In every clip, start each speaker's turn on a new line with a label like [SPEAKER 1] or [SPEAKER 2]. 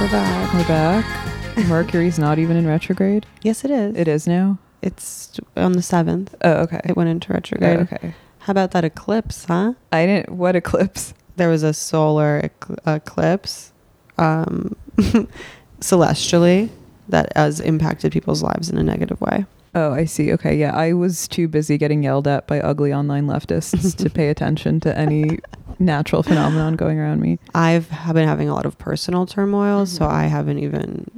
[SPEAKER 1] We're back. Mercury's not even in retrograde.
[SPEAKER 2] Yes, it is.
[SPEAKER 1] It is now.
[SPEAKER 2] It's on the seventh.
[SPEAKER 1] Oh, okay.
[SPEAKER 2] It went into
[SPEAKER 1] Oh,
[SPEAKER 2] retrograde.
[SPEAKER 1] okay.
[SPEAKER 2] How about that eclipse, huh?
[SPEAKER 1] I didn't. What eclipse?
[SPEAKER 2] There was a solar ec- eclipse, um, celestially, that has impacted people's lives in a negative way.
[SPEAKER 1] Oh, I see. Okay, yeah. I was too busy getting yelled at by ugly online leftists to pay attention to any natural phenomenon going around me.
[SPEAKER 2] I've have been having a lot of personal turmoil, so
[SPEAKER 1] Mhm.
[SPEAKER 2] I haven't even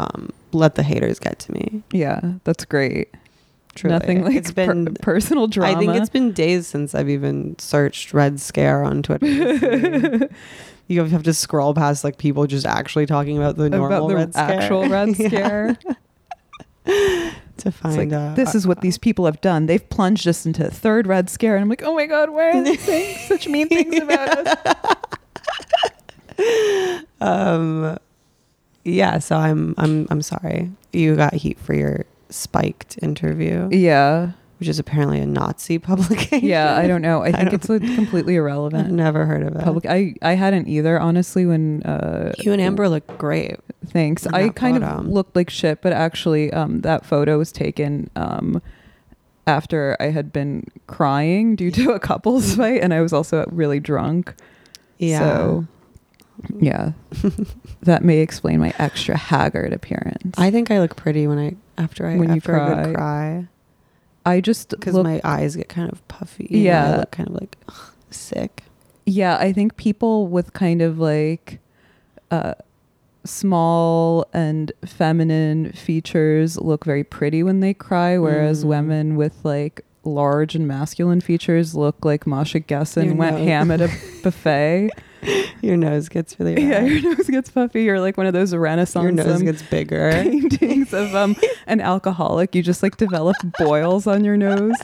[SPEAKER 2] um, let the haters get to me.
[SPEAKER 1] Yeah, that's great.
[SPEAKER 2] Truly,
[SPEAKER 1] Nothing like
[SPEAKER 2] it's been.
[SPEAKER 1] per- personal drama.
[SPEAKER 2] I think it's been days since I've even searched Red Scare on Twitter. to see. you have to scroll past like people just actually talking about the normal
[SPEAKER 1] about the
[SPEAKER 2] Red Scare
[SPEAKER 1] actual red
[SPEAKER 2] Yeah.
[SPEAKER 1] scare.
[SPEAKER 2] to
[SPEAKER 1] It's
[SPEAKER 2] find
[SPEAKER 1] like,
[SPEAKER 2] out.
[SPEAKER 1] this is what
[SPEAKER 2] uh.
[SPEAKER 1] these people have done. They've plunged us into a third red scare. And I'm like, oh my God, why are they saying such mean things about us?
[SPEAKER 2] um, yeah. So I'm I'm I'm sorry. You got heat for your spiked interview,
[SPEAKER 1] Yeah.
[SPEAKER 2] which is apparently a Nazi publication.
[SPEAKER 1] Yeah. I don't know. I think
[SPEAKER 2] don't-
[SPEAKER 1] it's like completely
[SPEAKER 2] I've
[SPEAKER 1] irrelevant.
[SPEAKER 2] never heard of it.
[SPEAKER 1] Public. I, I hadn't either, honestly, when. Uh,
[SPEAKER 2] you and Amber look great.
[SPEAKER 1] Thanks.
[SPEAKER 2] in
[SPEAKER 1] I
[SPEAKER 2] that
[SPEAKER 1] kind
[SPEAKER 2] photo.
[SPEAKER 1] of looked like shit, but actually, um, that photo was taken um, after I had been crying due to a couples fight, and I was also really drunk.
[SPEAKER 2] Yeah.
[SPEAKER 1] So, yeah, that may explain my extra haggard appearance. I,
[SPEAKER 2] I think I look pretty when I after I
[SPEAKER 1] When you
[SPEAKER 2] after I
[SPEAKER 1] cry.
[SPEAKER 2] would cry
[SPEAKER 1] I just
[SPEAKER 2] because
[SPEAKER 1] look.
[SPEAKER 2] my eyes get kind of puffy. you know, I
[SPEAKER 1] Yeah.
[SPEAKER 2] look kind of like sick.
[SPEAKER 1] yeah, I think people with kind of like. Uh, small and feminine features look very pretty when they cry whereas
[SPEAKER 2] Mm.
[SPEAKER 1] women with like large and masculine features look like masha gessen
[SPEAKER 2] Your
[SPEAKER 1] went
[SPEAKER 2] nose.
[SPEAKER 1] ham at a buffet
[SPEAKER 2] Your nose gets really red.
[SPEAKER 1] yeah your nose gets puffy you're like one of those
[SPEAKER 2] Your
[SPEAKER 1] renaissance
[SPEAKER 2] nose
[SPEAKER 1] um,
[SPEAKER 2] gets bigger.
[SPEAKER 1] paintings of um an alcoholic you just like develop boils on your nose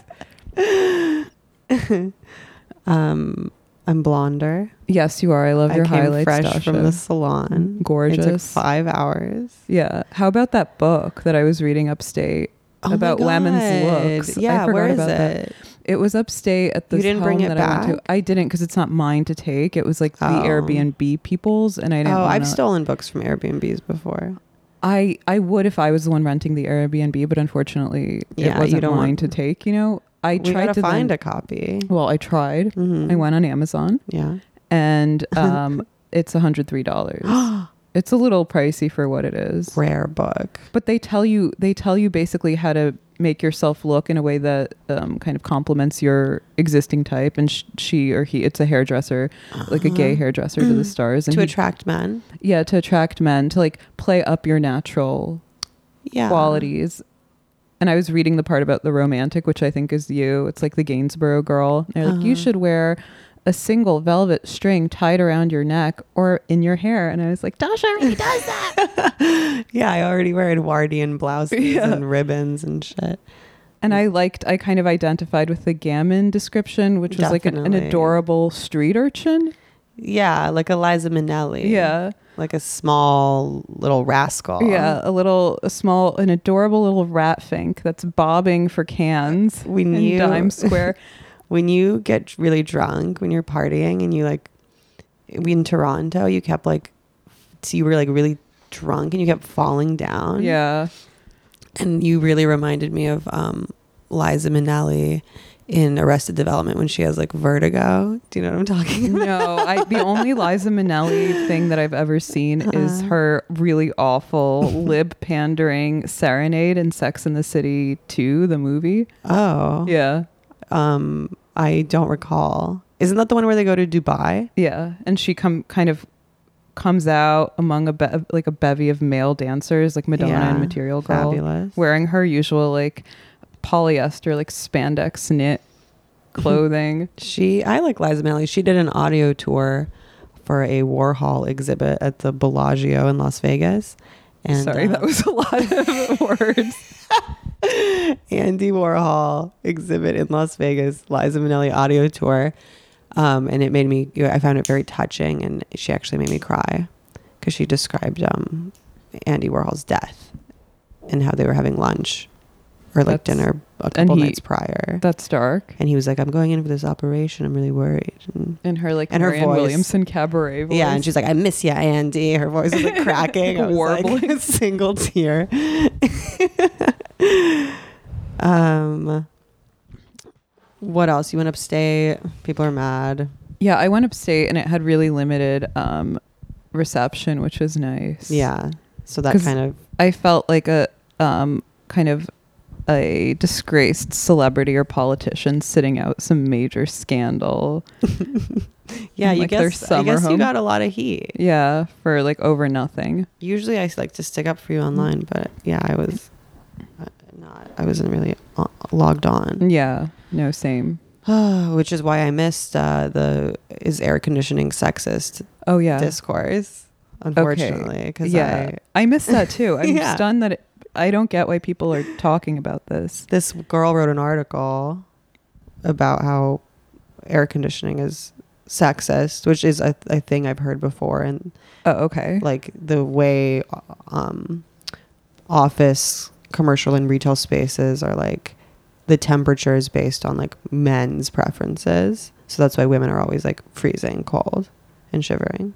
[SPEAKER 2] Um, I'm blonder.
[SPEAKER 1] yes you are i love
[SPEAKER 2] I
[SPEAKER 1] your
[SPEAKER 2] came
[SPEAKER 1] highlights
[SPEAKER 2] fresh
[SPEAKER 1] Dasha.
[SPEAKER 2] from
[SPEAKER 1] Mm,
[SPEAKER 2] the salon. It took
[SPEAKER 1] gorgeous
[SPEAKER 2] five hours.
[SPEAKER 1] yeah how about that book that i was reading upstate
[SPEAKER 2] Oh my
[SPEAKER 1] About women's
[SPEAKER 2] God.
[SPEAKER 1] looks. I
[SPEAKER 2] Yeah,
[SPEAKER 1] forgot
[SPEAKER 2] where is
[SPEAKER 1] about that.
[SPEAKER 2] it?
[SPEAKER 1] It was upstate at
[SPEAKER 2] You
[SPEAKER 1] this
[SPEAKER 2] didn't bring
[SPEAKER 1] home
[SPEAKER 2] it
[SPEAKER 1] that I went to. I didn't because it's not mine to take. It was like the
[SPEAKER 2] Oh.
[SPEAKER 1] Airbnb people's, and I didn't.
[SPEAKER 2] Oh,
[SPEAKER 1] wanna,
[SPEAKER 2] I've stolen books from Airbnbs before.
[SPEAKER 1] I I would if I was the one renting the Airbnb, but unfortunately,
[SPEAKER 2] Yeah,
[SPEAKER 1] it
[SPEAKER 2] you
[SPEAKER 1] wasn't
[SPEAKER 2] don't
[SPEAKER 1] mine
[SPEAKER 2] want-
[SPEAKER 1] to take. You know, I
[SPEAKER 2] we
[SPEAKER 1] tried
[SPEAKER 2] gotta
[SPEAKER 1] to
[SPEAKER 2] find
[SPEAKER 1] then,
[SPEAKER 2] a copy.
[SPEAKER 1] Well, I tried.
[SPEAKER 2] Mhm.
[SPEAKER 1] I went on Amazon,
[SPEAKER 2] Yeah.
[SPEAKER 1] and um, it's hundred three dollars. It's a little pricey for what it is,
[SPEAKER 2] Rare book.
[SPEAKER 1] but they tell you they tell you basically how to make yourself look in a way that um, kind of complements your existing type and sh- she or he it's a hairdresser like a gay hairdresser to the stars and
[SPEAKER 2] Uh-huh. To
[SPEAKER 1] he-
[SPEAKER 2] attract men.
[SPEAKER 1] yeah to attract men to like play up your natural
[SPEAKER 2] Yeah.
[SPEAKER 1] qualities and i was reading the part about the romantic which i think is you it's like the gainsborough girl they're like you
[SPEAKER 2] Uh-huh.
[SPEAKER 1] should wear a single velvet string tied around your neck or in your hair and i was like dasha already does that
[SPEAKER 2] Yeah, I already wear Edwardian blouses
[SPEAKER 1] Yeah.
[SPEAKER 2] and ribbons and shit.
[SPEAKER 1] And
[SPEAKER 2] Mm.
[SPEAKER 1] I liked, I kind of identified with the gammon description, which was like an, an
[SPEAKER 2] Definitely.
[SPEAKER 1] adorable street urchin.
[SPEAKER 2] Yeah, like Eliza Minnelli.
[SPEAKER 1] Yeah.
[SPEAKER 2] Like a small little rascal.
[SPEAKER 1] Yeah. A little, a small, an adorable little rat fink that's bobbing for cans
[SPEAKER 2] We
[SPEAKER 1] in
[SPEAKER 2] knew
[SPEAKER 1] Dime Square.
[SPEAKER 2] when you get really drunk when you're partying and you like we in Toronto you kept like so you were like really drunk and you kept falling down
[SPEAKER 1] yeah.
[SPEAKER 2] and you really reminded me of um Liza Minnelli in Arrested Development when she has like vertigo do you know what I'm talking about
[SPEAKER 1] No, I, the only Liza Minnelli thing that I've ever seen is
[SPEAKER 2] Uh-uh.
[SPEAKER 1] her really awful lib pandering serenade in Sex in the City 2, the movie.
[SPEAKER 2] oh
[SPEAKER 1] Yeah.
[SPEAKER 2] um I don't recall isn't that the one where they go to Dubai
[SPEAKER 1] Yeah, and she come kind of comes out among a be- like a bevy of male dancers, like Madonna
[SPEAKER 2] Yeah,
[SPEAKER 1] and Material Girl,
[SPEAKER 2] fabulous
[SPEAKER 1] wearing her usual like polyester like spandex knit clothing.
[SPEAKER 2] She, I like Liza Minnelli. She did an audio tour for a Warhol exhibit at the Bellagio in Las Vegas. And
[SPEAKER 1] Sorry,
[SPEAKER 2] uh,
[SPEAKER 1] that was a lot of words.
[SPEAKER 2] Andy Warhol exhibit in Las Vegas, Liza Minnelli audio tour. Um, and it made me, I found it very touching. And she actually made me cry because she described um, Andy Warhol's death and how they were having lunch or like
[SPEAKER 1] That's-
[SPEAKER 2] dinner a couple
[SPEAKER 1] he-
[SPEAKER 2] nights prior.
[SPEAKER 1] That's dark.
[SPEAKER 2] and he was like, "I'm going in for this operation. I'm really worried." And,
[SPEAKER 1] And her like
[SPEAKER 2] And her
[SPEAKER 1] Marianne
[SPEAKER 2] voice.
[SPEAKER 1] Williamson cabaret voice.
[SPEAKER 2] yeah, and she's like, "I miss you, Andy." Her voice is like cracking, I was like
[SPEAKER 1] Warbling.
[SPEAKER 2] a single tear. um, what else? You went upstate. People are mad.
[SPEAKER 1] yeah. I went upstate and it had really limited um, reception, which was nice.
[SPEAKER 2] Yeah, so that
[SPEAKER 1] 'Cause-
[SPEAKER 2] kind of
[SPEAKER 1] I felt like a um, kind of a disgraced celebrity or politician sitting out some major scandal.
[SPEAKER 2] yeah. You
[SPEAKER 1] Like their
[SPEAKER 2] guess I
[SPEAKER 1] summer
[SPEAKER 2] guess you
[SPEAKER 1] home.
[SPEAKER 2] got a lot of heat.
[SPEAKER 1] Yeah, for like over nothing.
[SPEAKER 2] Usually, I like to stick up for you online, but yeah, I was uh, not. I wasn't really uh, logged on.
[SPEAKER 1] Yeah, no, same.
[SPEAKER 2] which is why I missed uh, the is air conditioning sexist
[SPEAKER 1] Oh yeah,
[SPEAKER 2] discourse. Unfortunately, because
[SPEAKER 1] yeah. I, missed that too. I'm
[SPEAKER 2] Yeah.
[SPEAKER 1] stunned that it, I don't get why people are talking about this.
[SPEAKER 2] this girl wrote an article about how air conditioning is sexist, which is a, a thing I've heard before, and
[SPEAKER 1] Oh, okay.
[SPEAKER 2] like the way um, office, commercial, and retail spaces are like the temperature is based on like men's preferences. So that's why women are always like freezing cold and shivering.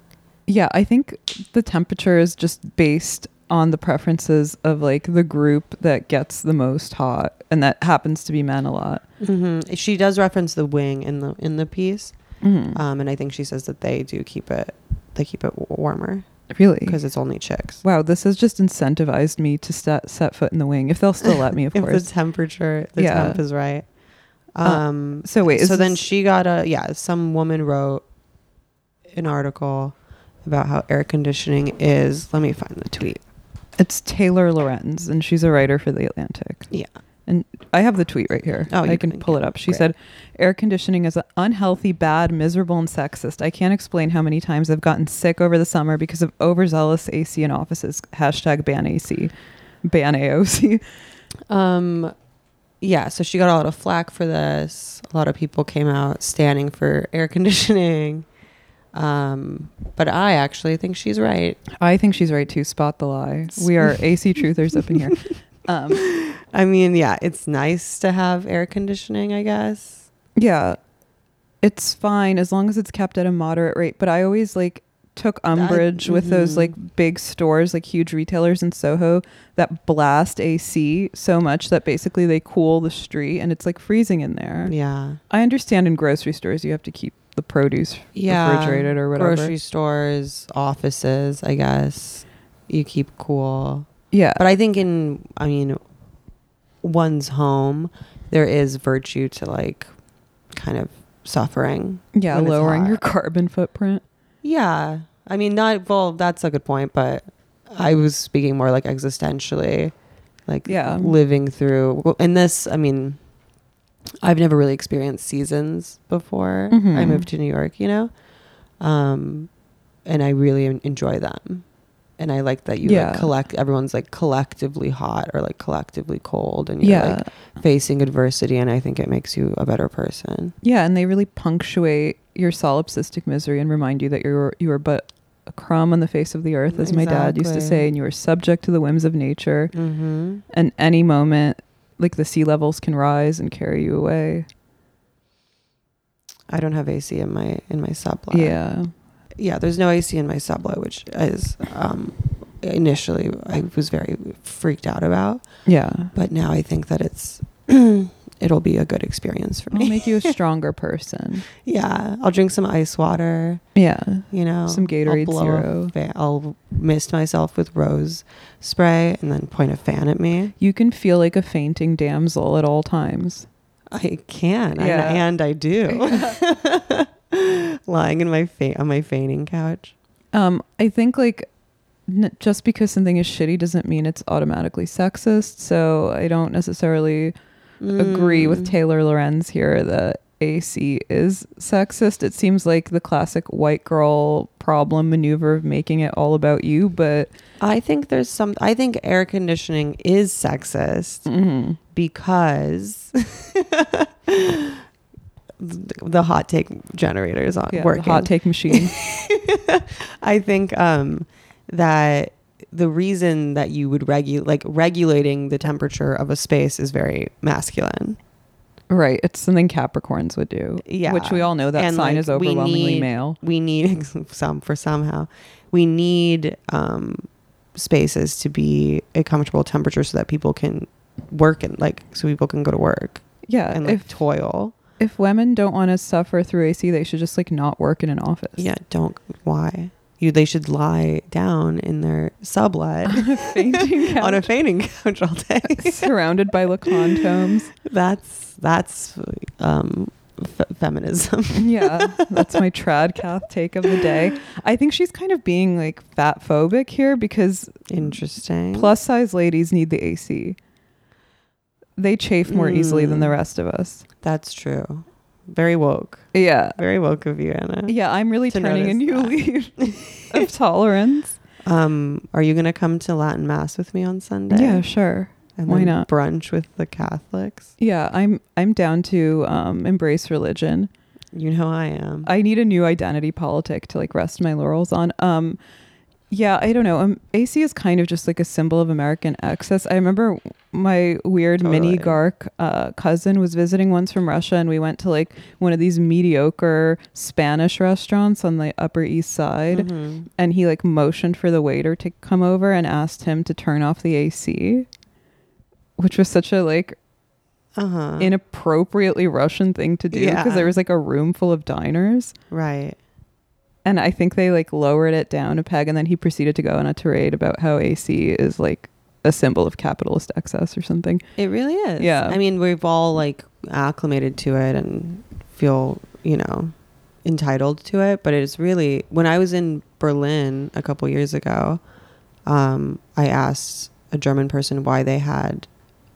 [SPEAKER 1] Yeah, I think the temperature is just based on the preferences of like the group that gets the most hot, and that happens to be men a lot.
[SPEAKER 2] Mm-hmm. She does reference the wing in the in the piece,
[SPEAKER 1] Mhm.
[SPEAKER 2] um, and I think she says that they do keep it they keep it w- warmer
[SPEAKER 1] really?
[SPEAKER 2] because it's only chicks.
[SPEAKER 1] Wow, this has just incentivized me to set, set foot in the wing, if they'll still let me, of
[SPEAKER 2] if
[SPEAKER 1] course.
[SPEAKER 2] the temperature the
[SPEAKER 1] Yeah.
[SPEAKER 2] temp is right.
[SPEAKER 1] Uh,
[SPEAKER 2] Um,
[SPEAKER 1] so wait, is
[SPEAKER 2] so then
[SPEAKER 1] this-
[SPEAKER 2] she got a yeah. Some woman wrote an article about how air conditioning is. Let me find the tweet.
[SPEAKER 1] It's Taylor Lorenz, and she's a writer for The Atlantic.
[SPEAKER 2] Yeah.
[SPEAKER 1] And I have the tweet right here.
[SPEAKER 2] Oh, you
[SPEAKER 1] I can
[SPEAKER 2] can-
[SPEAKER 1] pull it up. She
[SPEAKER 2] great.
[SPEAKER 1] said, Air conditioning is unhealthy, bad, miserable, and sexist. I can't explain how many times I've gotten sick over the summer because of overzealous AC in offices. Hashtag ban AC. Ban AOC.
[SPEAKER 2] Um, yeah. So she got a lot of flack for this. A lot of people came out standing for air conditioning. Um, but I actually think she's right.
[SPEAKER 1] I think she's right too. Spot the lie. We are AC truthers up in here. Um,
[SPEAKER 2] I mean, yeah, it's nice to have air conditioning, I guess.
[SPEAKER 1] yeah. It's fine as long as it's kept at a moderate rate. But I always like took umbrage with those
[SPEAKER 2] mhm.
[SPEAKER 1] like big stores, like huge retailers in Soho that blast AC so much that basically they cool the street and it's like freezing in there.
[SPEAKER 2] Yeah.
[SPEAKER 1] I understand in grocery stores you have to keep the produce
[SPEAKER 2] Yeah.
[SPEAKER 1] refrigerated or whatever.
[SPEAKER 2] Grocery stores, offices, I guess. You keep cool.
[SPEAKER 1] yeah.
[SPEAKER 2] But I think in, I mean, one's home, there is virtue to like kind of suffering.
[SPEAKER 1] yeah,
[SPEAKER 2] when it's
[SPEAKER 1] lowering
[SPEAKER 2] hot.
[SPEAKER 1] your carbon footprint.
[SPEAKER 2] Yeah. I mean, not, well, that's a good point, but I was speaking more like existentially, like
[SPEAKER 1] Yeah.
[SPEAKER 2] living through. well, And this, I mean, I've never really experienced seasons before
[SPEAKER 1] Mhm.
[SPEAKER 2] I moved to New York, you know? Um, and I really en- enjoy them. And I like that you
[SPEAKER 1] Yeah.
[SPEAKER 2] like collect, everyone's like collectively hot or like collectively cold and you're
[SPEAKER 1] Yeah.
[SPEAKER 2] like facing adversity. And I think it makes you a better person.
[SPEAKER 1] Yeah, and they really punctuate your solipsistic misery and remind you that you're you are but a crumb on the face of the earth, as my dad used to
[SPEAKER 2] Exactly.
[SPEAKER 1] say, and you are subject to the whims of nature.
[SPEAKER 2] Mm-hmm.
[SPEAKER 1] And any moment, like the sea levels can rise and carry you away.
[SPEAKER 2] I don't have AC in my, in my sublet.
[SPEAKER 1] Yeah,
[SPEAKER 2] yeah, there's no AC in my sublet, which is um, initially I was very freaked out about,
[SPEAKER 1] yeah.
[SPEAKER 2] but now I think that it's it'll be a good experience for
[SPEAKER 1] It'll
[SPEAKER 2] me.
[SPEAKER 1] make you a stronger person.
[SPEAKER 2] yeah, I'll drink some ice water,
[SPEAKER 1] Yeah,
[SPEAKER 2] you know,
[SPEAKER 1] Some Gatorade
[SPEAKER 2] I'll
[SPEAKER 1] Zero.
[SPEAKER 2] A fa- I'll mist myself with rose spray and then point a fan at me.
[SPEAKER 1] you can feel like a fainting damsel at all times.
[SPEAKER 2] I can, I-
[SPEAKER 1] Yeah.
[SPEAKER 2] and I do. Lying in my fa- on my fainting couch.
[SPEAKER 1] Um, I think like n- just because something is shitty doesn't mean it's automatically sexist. So I don't necessarily agree with
[SPEAKER 2] Mm.
[SPEAKER 1] Taylor Lorenz here that AC is sexist. It seems like the classic white girl problem maneuver of making it all about you, but
[SPEAKER 2] I think there's some. I think air conditioning is sexist.
[SPEAKER 1] mm,
[SPEAKER 2] because the hot take generator is on
[SPEAKER 1] yeah, the
[SPEAKER 2] working.
[SPEAKER 1] hot take machine.
[SPEAKER 2] I think um, that the reason that you would regulate like regulating the temperature of a space is very masculine.
[SPEAKER 1] Right. It's something Capricorns would do.
[SPEAKER 2] Yeah.
[SPEAKER 1] Which we all know that
[SPEAKER 2] And,
[SPEAKER 1] sign
[SPEAKER 2] like,
[SPEAKER 1] is
[SPEAKER 2] we
[SPEAKER 1] overwhelmingly
[SPEAKER 2] need-
[SPEAKER 1] male.
[SPEAKER 2] We need some for somehow. We need um, spaces to be a comfortable temperature so that people can work and like so people can go to work
[SPEAKER 1] Yeah.
[SPEAKER 2] and like
[SPEAKER 1] if
[SPEAKER 2] toil.
[SPEAKER 1] if women don't want to suffer through AC, they should just like not work in an office.
[SPEAKER 2] Yeah, don't why you. They should lie down in their sublet
[SPEAKER 1] Fainting couch,
[SPEAKER 2] on a fainting couch all day.
[SPEAKER 1] surrounded by Lacan tomes.
[SPEAKER 2] that's that's um, f- feminism.
[SPEAKER 1] yeah, that's my trad cath take of the day. I think she's kind of being like fat phobic here because
[SPEAKER 2] Interesting.
[SPEAKER 1] plus size ladies need the AC. They chafe more easily than the
[SPEAKER 2] Mm.
[SPEAKER 1] rest of us.
[SPEAKER 2] that's true. Very woke.
[SPEAKER 1] Yeah.
[SPEAKER 2] Very woke of you, Anna.
[SPEAKER 1] Yeah, I'm really
[SPEAKER 2] To
[SPEAKER 1] turning a
[SPEAKER 2] notice
[SPEAKER 1] new
[SPEAKER 2] that.
[SPEAKER 1] leaf of tolerance.
[SPEAKER 2] Um, are you gonna come to Latin Mass with me on Sunday?
[SPEAKER 1] Yeah, sure.
[SPEAKER 2] and
[SPEAKER 1] why
[SPEAKER 2] then
[SPEAKER 1] not?
[SPEAKER 2] Brunch with the Catholics.
[SPEAKER 1] Yeah, I'm I'm down to um, embrace religion.
[SPEAKER 2] You know I am.
[SPEAKER 1] I need a new identity politic to like rest my laurels on. Um, yeah, I don't know. Um, AC is kind of just like a symbol of American excess. I remember my weird mini
[SPEAKER 2] Totally.
[SPEAKER 1] Gark uh, cousin was visiting once from Russia, and we went to like one of these mediocre Spanish restaurants on the Upper East Side,
[SPEAKER 2] Mhm.
[SPEAKER 1] and he like motioned for the waiter to come over and asked him to turn off the AC, which was such a like
[SPEAKER 2] Uh-huh.
[SPEAKER 1] inappropriately Russian thing to do because
[SPEAKER 2] Yeah.
[SPEAKER 1] there was like a room full of diners.
[SPEAKER 2] right.
[SPEAKER 1] And I think they like lowered it down a peg and then he proceeded to go on a tirade about how AC is like a symbol of capitalist excess or something.
[SPEAKER 2] It really is.
[SPEAKER 1] Yeah.
[SPEAKER 2] I mean, we've all like acclimated to it and feel, you know, entitled to it, but it's really when I was in Berlin a couple years ago, um, I asked a German person why they had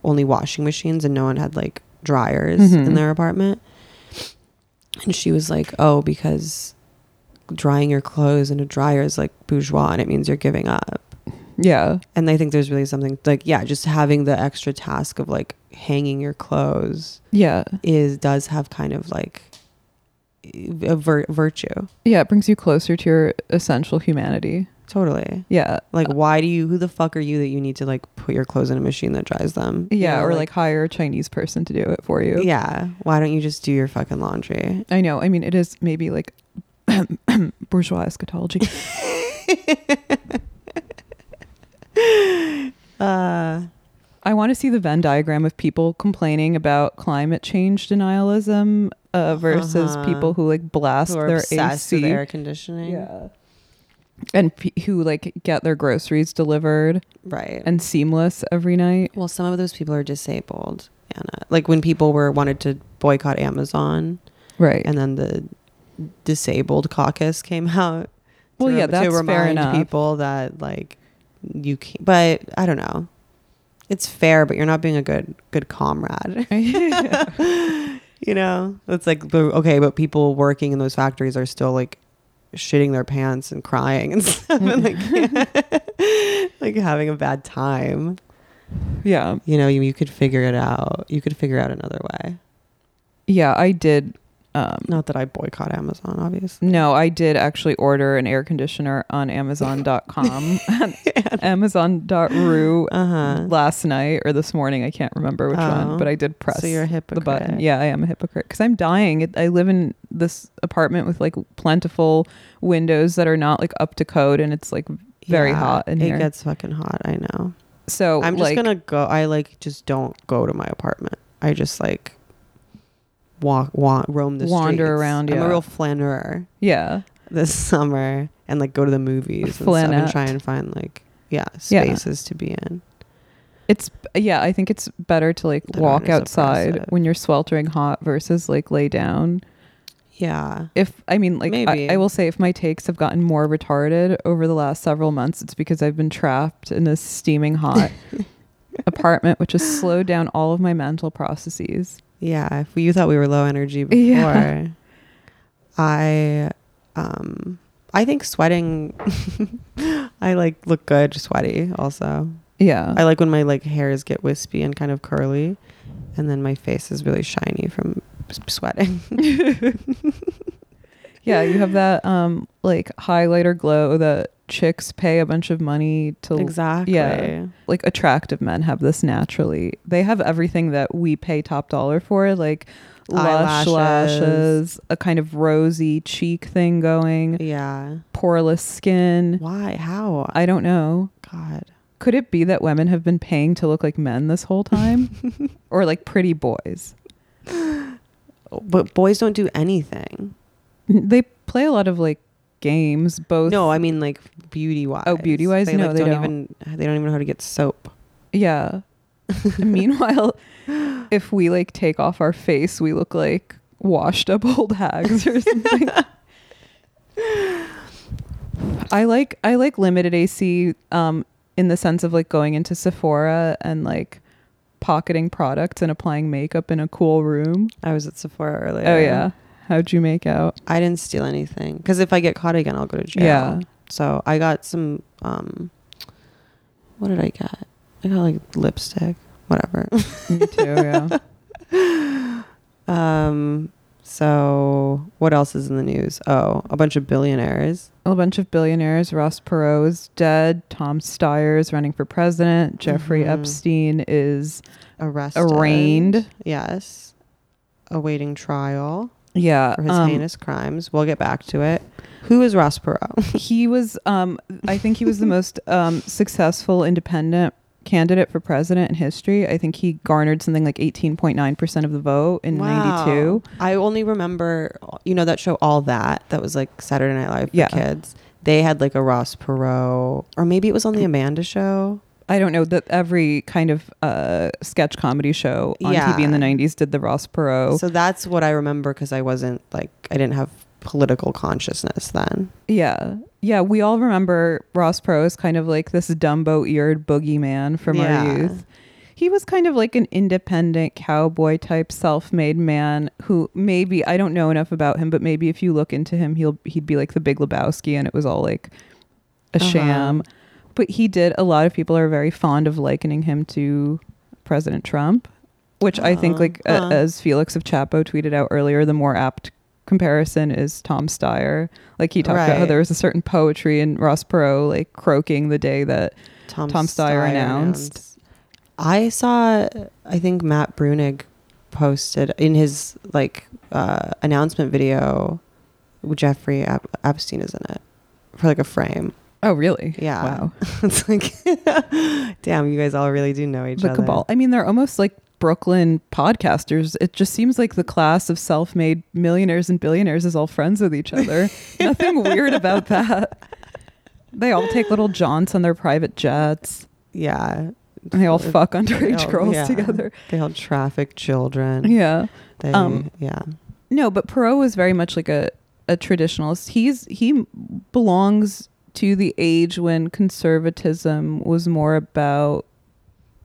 [SPEAKER 2] only washing machines and no one had like dryers
[SPEAKER 1] Mhm.
[SPEAKER 2] in their apartment. And she was like, "Oh, because drying your clothes in a dryer is like bourgeois and it means you're giving up."
[SPEAKER 1] Yeah.
[SPEAKER 2] And I think there's really something like, yeah, just having the extra task of like hanging your clothes
[SPEAKER 1] Yeah.
[SPEAKER 2] is does have kind of like a vir- virtue.
[SPEAKER 1] Yeah. It brings you closer to your essential humanity.
[SPEAKER 2] Totally.
[SPEAKER 1] Yeah.
[SPEAKER 2] Like, why do you, who the fuck are you that you need to like put your clothes in a machine that dries them? You
[SPEAKER 1] Yeah.
[SPEAKER 2] know,
[SPEAKER 1] or like, hire a Chinese person to do it for you.
[SPEAKER 2] yeah, why don't you just do your fucking laundry?
[SPEAKER 1] I know. I mean, it is maybe like bourgeois eschatology.
[SPEAKER 2] Uh,
[SPEAKER 1] I want to see the Venn diagram of people complaining about climate change denialism uh, versus
[SPEAKER 2] Uh-huh.
[SPEAKER 1] people who like blast
[SPEAKER 2] who are
[SPEAKER 1] their
[SPEAKER 2] obsessed
[SPEAKER 1] AC
[SPEAKER 2] with air conditioning.
[SPEAKER 1] yeah. and pe- who like get their groceries delivered
[SPEAKER 2] Right.
[SPEAKER 1] and seamless every night.
[SPEAKER 2] Well, some of those people are disabled, Anna. Like when people were wanted to boycott Amazon,
[SPEAKER 1] Right.
[SPEAKER 2] and then the disabled caucus came out.
[SPEAKER 1] Well, yeah,
[SPEAKER 2] rem-
[SPEAKER 1] that's fair enough.
[SPEAKER 2] people that like you can But I don't know. It's fair, but you're not being a good good comrade. you know, it's like but- okay, but people working in those factories are still like shitting their pants and crying and stuff, and like, like having a bad time
[SPEAKER 1] yeah.
[SPEAKER 2] you know, you, you could figure it out. You could figure out another way.
[SPEAKER 1] Yeah, I did um
[SPEAKER 2] Not that I boycott Amazon, obviously.
[SPEAKER 1] no, I did actually order an air conditioner on amazon.com amazon.ru
[SPEAKER 2] Uh huh.
[SPEAKER 1] last night or this morning, I can't remember which
[SPEAKER 2] Oh.
[SPEAKER 1] one, but I did press
[SPEAKER 2] So you're a
[SPEAKER 1] the
[SPEAKER 2] hypocrite.
[SPEAKER 1] button. Yeah, I am a hypocrite because I'm dying. It- I live in this apartment with like plentiful windows that are not like up to code, and it's like very
[SPEAKER 2] Yeah,
[SPEAKER 1] hot in
[SPEAKER 2] it
[SPEAKER 1] here.
[SPEAKER 2] gets fucking hot. I know.
[SPEAKER 1] so.
[SPEAKER 2] I'm just
[SPEAKER 1] like,
[SPEAKER 2] gonna go. I like just don't go to my apartment. I just like walk, walk roam the
[SPEAKER 1] Wander
[SPEAKER 2] streets.
[SPEAKER 1] around,
[SPEAKER 2] I'm
[SPEAKER 1] yeah.
[SPEAKER 2] a real flannerer
[SPEAKER 1] Yeah,
[SPEAKER 2] this summer, and like go to the movies and stuff, and
[SPEAKER 1] Flanette.
[SPEAKER 2] try and find like yeah
[SPEAKER 1] Yeah.
[SPEAKER 2] spaces to be in.
[SPEAKER 1] it's yeah. I think it's better to like
[SPEAKER 2] The
[SPEAKER 1] walk
[SPEAKER 2] dawn is
[SPEAKER 1] outside
[SPEAKER 2] oppressive.
[SPEAKER 1] when you're sweltering hot versus like lay down.
[SPEAKER 2] Yeah.
[SPEAKER 1] If I mean, like, I,
[SPEAKER 2] Maybe.
[SPEAKER 1] I will say, if my takes have gotten more retarded over the last several months, it's because I've been trapped in this steaming hot apartment, which has slowed down all of my mental processes.
[SPEAKER 2] Yeah, if we, you thought we were low energy before,
[SPEAKER 1] Yeah.
[SPEAKER 2] I, um, I think sweating. I like look good sweaty. Also,
[SPEAKER 1] Yeah.
[SPEAKER 2] I like when my like hairs get wispy and kind of curly, and then my face is really shiny from s- sweating.
[SPEAKER 1] Yeah, you have that um like highlighter glow that chicks pay a bunch of money to
[SPEAKER 2] exactly.
[SPEAKER 1] yeah. like attractive men have this naturally. They have everything that we pay top dollar for, like lush
[SPEAKER 2] Eyelashes.
[SPEAKER 1] lashes, a kind of rosy cheek thing going,
[SPEAKER 2] Yeah.
[SPEAKER 1] poreless skin.
[SPEAKER 2] Why? How?
[SPEAKER 1] I don't know.
[SPEAKER 2] God.
[SPEAKER 1] Could it be that women have been paying to look like men this whole time? or like pretty boys?
[SPEAKER 2] But boys don't do anything.
[SPEAKER 1] They play a lot of like games, both.
[SPEAKER 2] No, I mean like beauty wise.
[SPEAKER 1] Oh, beauty-wise? No, they
[SPEAKER 2] even they don't even know how to get soap.
[SPEAKER 1] Yeah. Meanwhile, if we like take off our face, we look like washed up old hags or something. I like I like limited AC um in the sense of like going into Sephora and like pocketing products and applying makeup in a cool room.
[SPEAKER 2] I was at Sephora earlier.
[SPEAKER 1] Oh yeah. How'd you make out?
[SPEAKER 2] I didn't steal anything because if I get caught again, I'll go to jail.
[SPEAKER 1] Yeah.
[SPEAKER 2] So I got some. um What did I get? I got like lipstick, whatever.
[SPEAKER 1] Me too, yeah.
[SPEAKER 2] um. So what else is in the news? Oh, a bunch of billionaires.
[SPEAKER 1] a bunch of billionaires. Ross Perot is dead. Tom Steyer is running for president. Jeffrey
[SPEAKER 2] Mhm.
[SPEAKER 1] Epstein is
[SPEAKER 2] arrested,
[SPEAKER 1] Arraigned.
[SPEAKER 2] Yes, awaiting trial
[SPEAKER 1] yeah
[SPEAKER 2] for his
[SPEAKER 1] um,
[SPEAKER 2] heinous crimes. We'll get back to it. Who is Ross Perot?
[SPEAKER 1] he was um I think he was the most um successful independent candidate for president in history. I think he garnered something like 18.9% of the vote in 92.
[SPEAKER 2] I only remember, you know, that show All That. That was like Saturday Night Live for
[SPEAKER 1] Yeah.
[SPEAKER 2] kids. They had like a Ross Perot, or maybe it was on
[SPEAKER 1] Oh.
[SPEAKER 2] the Amanda Show.
[SPEAKER 1] I don't know that every kind of uh sketch comedy show on
[SPEAKER 2] Yeah.
[SPEAKER 1] TV in the 90s did the Ross Perot.
[SPEAKER 2] So that's what I remember because I wasn't like I didn't have political consciousness then.
[SPEAKER 1] Yeah. Yeah, we all remember Ross Perot is kind of like this Dumbo-eared boogeyman from
[SPEAKER 2] Yeah.
[SPEAKER 1] our youth. He was kind of like an independent cowboy type self-made man who maybe I don't know enough about him, but maybe if you look into him, he'll he'd be like the Big Lebowski and it was all like a
[SPEAKER 2] Uh-huh.
[SPEAKER 1] sham. But he did a lot of people are very fond of likening him to President Trump, which I think
[SPEAKER 2] Uh-huh.
[SPEAKER 1] like a-
[SPEAKER 2] Huh.
[SPEAKER 1] as Felix of Chapo tweeted out earlier, the more apt comparison is Tom Steyer. Like he talked about how
[SPEAKER 2] Right.
[SPEAKER 1] there was a certain poetry in Ross Perot, like croaking the day that
[SPEAKER 2] Tom,
[SPEAKER 1] Tom Steyer announced.
[SPEAKER 2] I saw, I think Matt Brunig posted in his like uh, announcement video, Jeffrey Ep- Epstein is in it for like a frame.
[SPEAKER 1] oh really?
[SPEAKER 2] Yeah.
[SPEAKER 1] Wow.
[SPEAKER 2] it's like, damn, you guys all really do know each
[SPEAKER 1] The
[SPEAKER 2] other.
[SPEAKER 1] cabal. I mean, they're almost like Brooklyn podcasters. It just seems like the class of self-made millionaires and billionaires is all friends with each other. Nothing weird about that. They all take little jaunts on their private jets.
[SPEAKER 2] Yeah.
[SPEAKER 1] And they all
[SPEAKER 2] They
[SPEAKER 1] fuck
[SPEAKER 2] They
[SPEAKER 1] underage
[SPEAKER 2] all-
[SPEAKER 1] girls
[SPEAKER 2] yeah.
[SPEAKER 1] together.
[SPEAKER 2] They help traffic children.
[SPEAKER 1] Yeah.
[SPEAKER 2] They,
[SPEAKER 1] Um,
[SPEAKER 2] yeah.
[SPEAKER 1] No, but Perot was very much like a, a traditionalist. He's he belongs to the age when conservatism was more about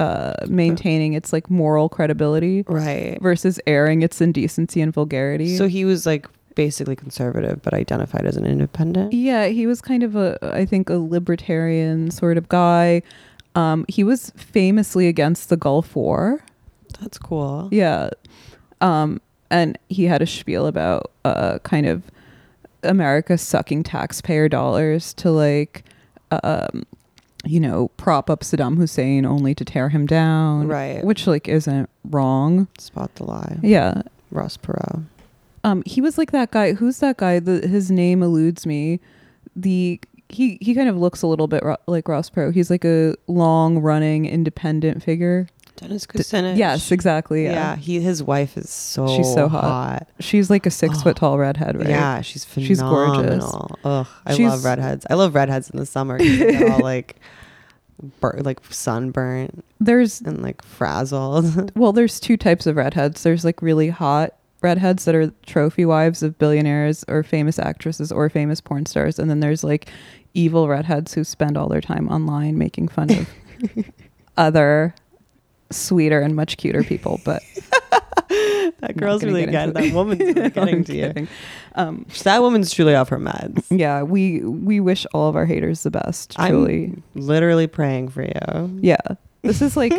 [SPEAKER 1] uh, maintaining its like moral credibility
[SPEAKER 2] Right.
[SPEAKER 1] versus airing its indecency and vulgarity.
[SPEAKER 2] So he was like basically conservative, but identified as an independent.
[SPEAKER 1] yeah, he was kind of a I think a libertarian sort of guy. Um, he was famously against the Gulf War.
[SPEAKER 2] That's cool.
[SPEAKER 1] Yeah. Um, and he had a spiel about uh, kind of America sucking taxpayer dollars to like, um, you know, prop up Saddam Hussein only to tear him down.
[SPEAKER 2] Right.
[SPEAKER 1] Which like isn't wrong.
[SPEAKER 2] Spot the lie.
[SPEAKER 1] Yeah.
[SPEAKER 2] Ross Perot.
[SPEAKER 1] Um, he was like that guy. Who's that guy? The, his name eludes me. The he he kind of looks a little bit ro- like Ross Pro. He's like a long running independent figure.
[SPEAKER 2] Dennis
[SPEAKER 1] D-
[SPEAKER 2] Kucinich.
[SPEAKER 1] yes, exactly.
[SPEAKER 2] Uh, Yeah.
[SPEAKER 1] Yeah.
[SPEAKER 2] he his wife is so
[SPEAKER 1] She's so hot. She's like a six
[SPEAKER 2] Oh.
[SPEAKER 1] foot tall redhead, right?
[SPEAKER 2] Yeah, she's
[SPEAKER 1] She's gorgeous.
[SPEAKER 2] phenomenal. Ugh, I
[SPEAKER 1] She's-
[SPEAKER 2] love redheads. I love redheads in the summer. 'cause They're all like, bur- like sunburnt
[SPEAKER 1] There's
[SPEAKER 2] and like frazzled.
[SPEAKER 1] well, there's two types of redheads. There's like really hot redheads that are trophy wives of billionaires or famous actresses or famous porn stars, and then there's like evil redheads who spend all their time online making fun of other sweeter and much cuter people. But
[SPEAKER 2] that
[SPEAKER 1] I'm
[SPEAKER 2] girl's
[SPEAKER 1] gonna
[SPEAKER 2] really
[SPEAKER 1] get
[SPEAKER 2] getting
[SPEAKER 1] into
[SPEAKER 2] that woman's really
[SPEAKER 1] I'm
[SPEAKER 2] getting to you.
[SPEAKER 1] kidding. Um,
[SPEAKER 2] That woman's truly off her meds.
[SPEAKER 1] yeah, we we wish all of our haters the best.
[SPEAKER 2] I'm-
[SPEAKER 1] Truly,
[SPEAKER 2] Literally praying for you.
[SPEAKER 1] Yeah. This is like,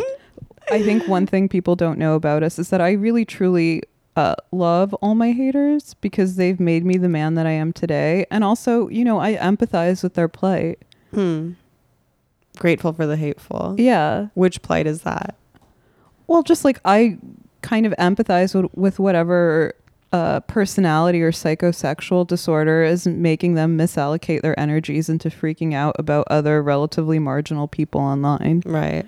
[SPEAKER 1] I think one thing people don't know about us is that I really truly uh, love all my haters because they've made me the man that I am today. And also, you know, I empathize with their plight.
[SPEAKER 2] Hmm. Grateful for the hateful.
[SPEAKER 1] Yeah.
[SPEAKER 2] Which plight is that?
[SPEAKER 1] Well, just like I kind of empathize with, with whatever uh, personality or psychosexual disorder is making them misallocate their energies into freaking out about other relatively marginal people online.
[SPEAKER 2] Right.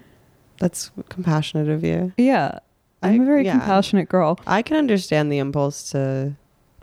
[SPEAKER 2] That's compassionate of you.
[SPEAKER 1] Yeah. I'm
[SPEAKER 2] I-
[SPEAKER 1] a very
[SPEAKER 2] yeah.
[SPEAKER 1] compassionate girl.
[SPEAKER 2] I can understand the impulse to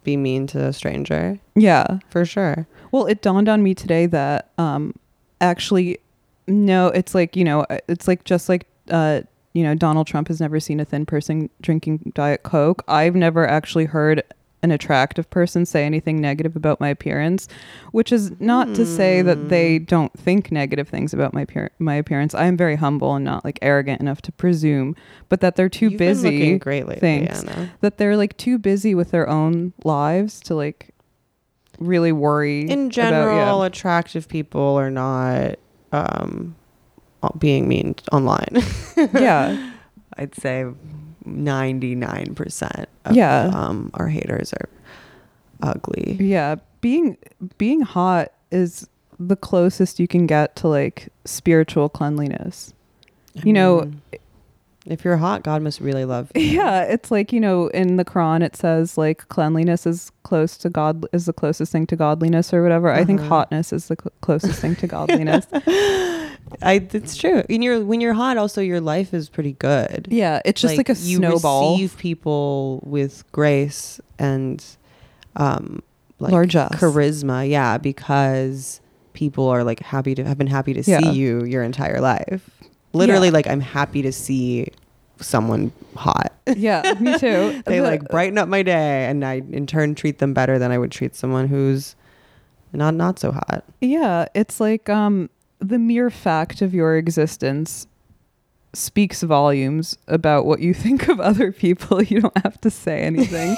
[SPEAKER 2] be mean to a stranger
[SPEAKER 1] Yeah.
[SPEAKER 2] for sure.
[SPEAKER 1] Well, it dawned on me today that um, actually, no, it's like, you know, it's like just like, uh, you know, Donald Trump has never seen a thin person drinking Diet Coke. I've never actually heard an attractive person say anything negative about my appearance, which is not to say that they
[SPEAKER 2] Hmm.
[SPEAKER 1] don't think negative things about my appear- my appearance. I am very humble and not like arrogant enough to presume, but that they're too
[SPEAKER 2] You've been
[SPEAKER 1] busy
[SPEAKER 2] looking great lately,
[SPEAKER 1] Thanks.
[SPEAKER 2] Anna.
[SPEAKER 1] that they're like too busy with their own lives to like really worry
[SPEAKER 2] In
[SPEAKER 1] about-
[SPEAKER 2] general,
[SPEAKER 1] yeah.
[SPEAKER 2] attractive people are not um, being mean online.
[SPEAKER 1] yeah
[SPEAKER 2] I'd say ninety nine percent of
[SPEAKER 1] Yeah.
[SPEAKER 2] um, our haters are ugly.
[SPEAKER 1] yeah being being hot is the closest you can get to like spiritual cleanliness You know-
[SPEAKER 2] if you're hot, God must really love you.
[SPEAKER 1] yeah it's like you know in the quran it says like cleanliness is close to god is the closest thing to godliness or whatever i think
[SPEAKER 2] Uh-huh.
[SPEAKER 1] hotness is the cl- closest thing to godliness
[SPEAKER 2] I, it's true. And you're when you're hot, also your life is pretty good.
[SPEAKER 1] yeah it's just like, a
[SPEAKER 2] you
[SPEAKER 1] snowball
[SPEAKER 2] receive people with grace and um like
[SPEAKER 1] Largesse.
[SPEAKER 2] charisma yeah because people are like happy to have been happy to
[SPEAKER 1] Yeah.
[SPEAKER 2] see you your entire life literally like i'm happy to see someone hot
[SPEAKER 1] yeah me too
[SPEAKER 2] they
[SPEAKER 1] The-
[SPEAKER 2] like brighten up my day and i in turn treat them better than i would treat someone who's not not so hot
[SPEAKER 1] Yeah, it's like um, the mere fact of your existence speaks volumes about what you think of other people. You don't have to say anything.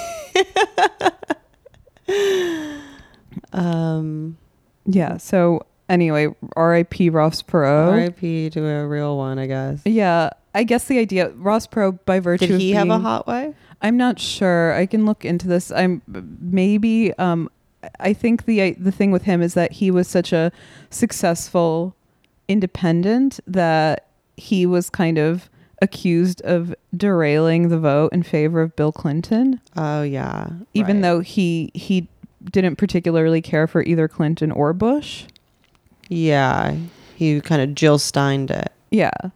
[SPEAKER 2] um
[SPEAKER 1] yeah. So anyway, R.I.P. Ross Perot.
[SPEAKER 2] rip
[SPEAKER 1] oh.
[SPEAKER 2] to a real one i guess
[SPEAKER 1] Yeah, I guess the idea Ross Perot by virtue
[SPEAKER 2] did he
[SPEAKER 1] of
[SPEAKER 2] have a
[SPEAKER 1] being-
[SPEAKER 2] hot wife
[SPEAKER 1] I'm not sure. I can look into this. I'm maybe. Um, I think the the thing with him is that he was such a successful independent that he was kind of accused of derailing the vote in favor of Bill Clinton,
[SPEAKER 2] oh yeah
[SPEAKER 1] even
[SPEAKER 2] right.
[SPEAKER 1] though he he didn't particularly care for either Clinton or Bush.
[SPEAKER 2] Yeah, he kind of Jill Steined it.
[SPEAKER 1] Yeah.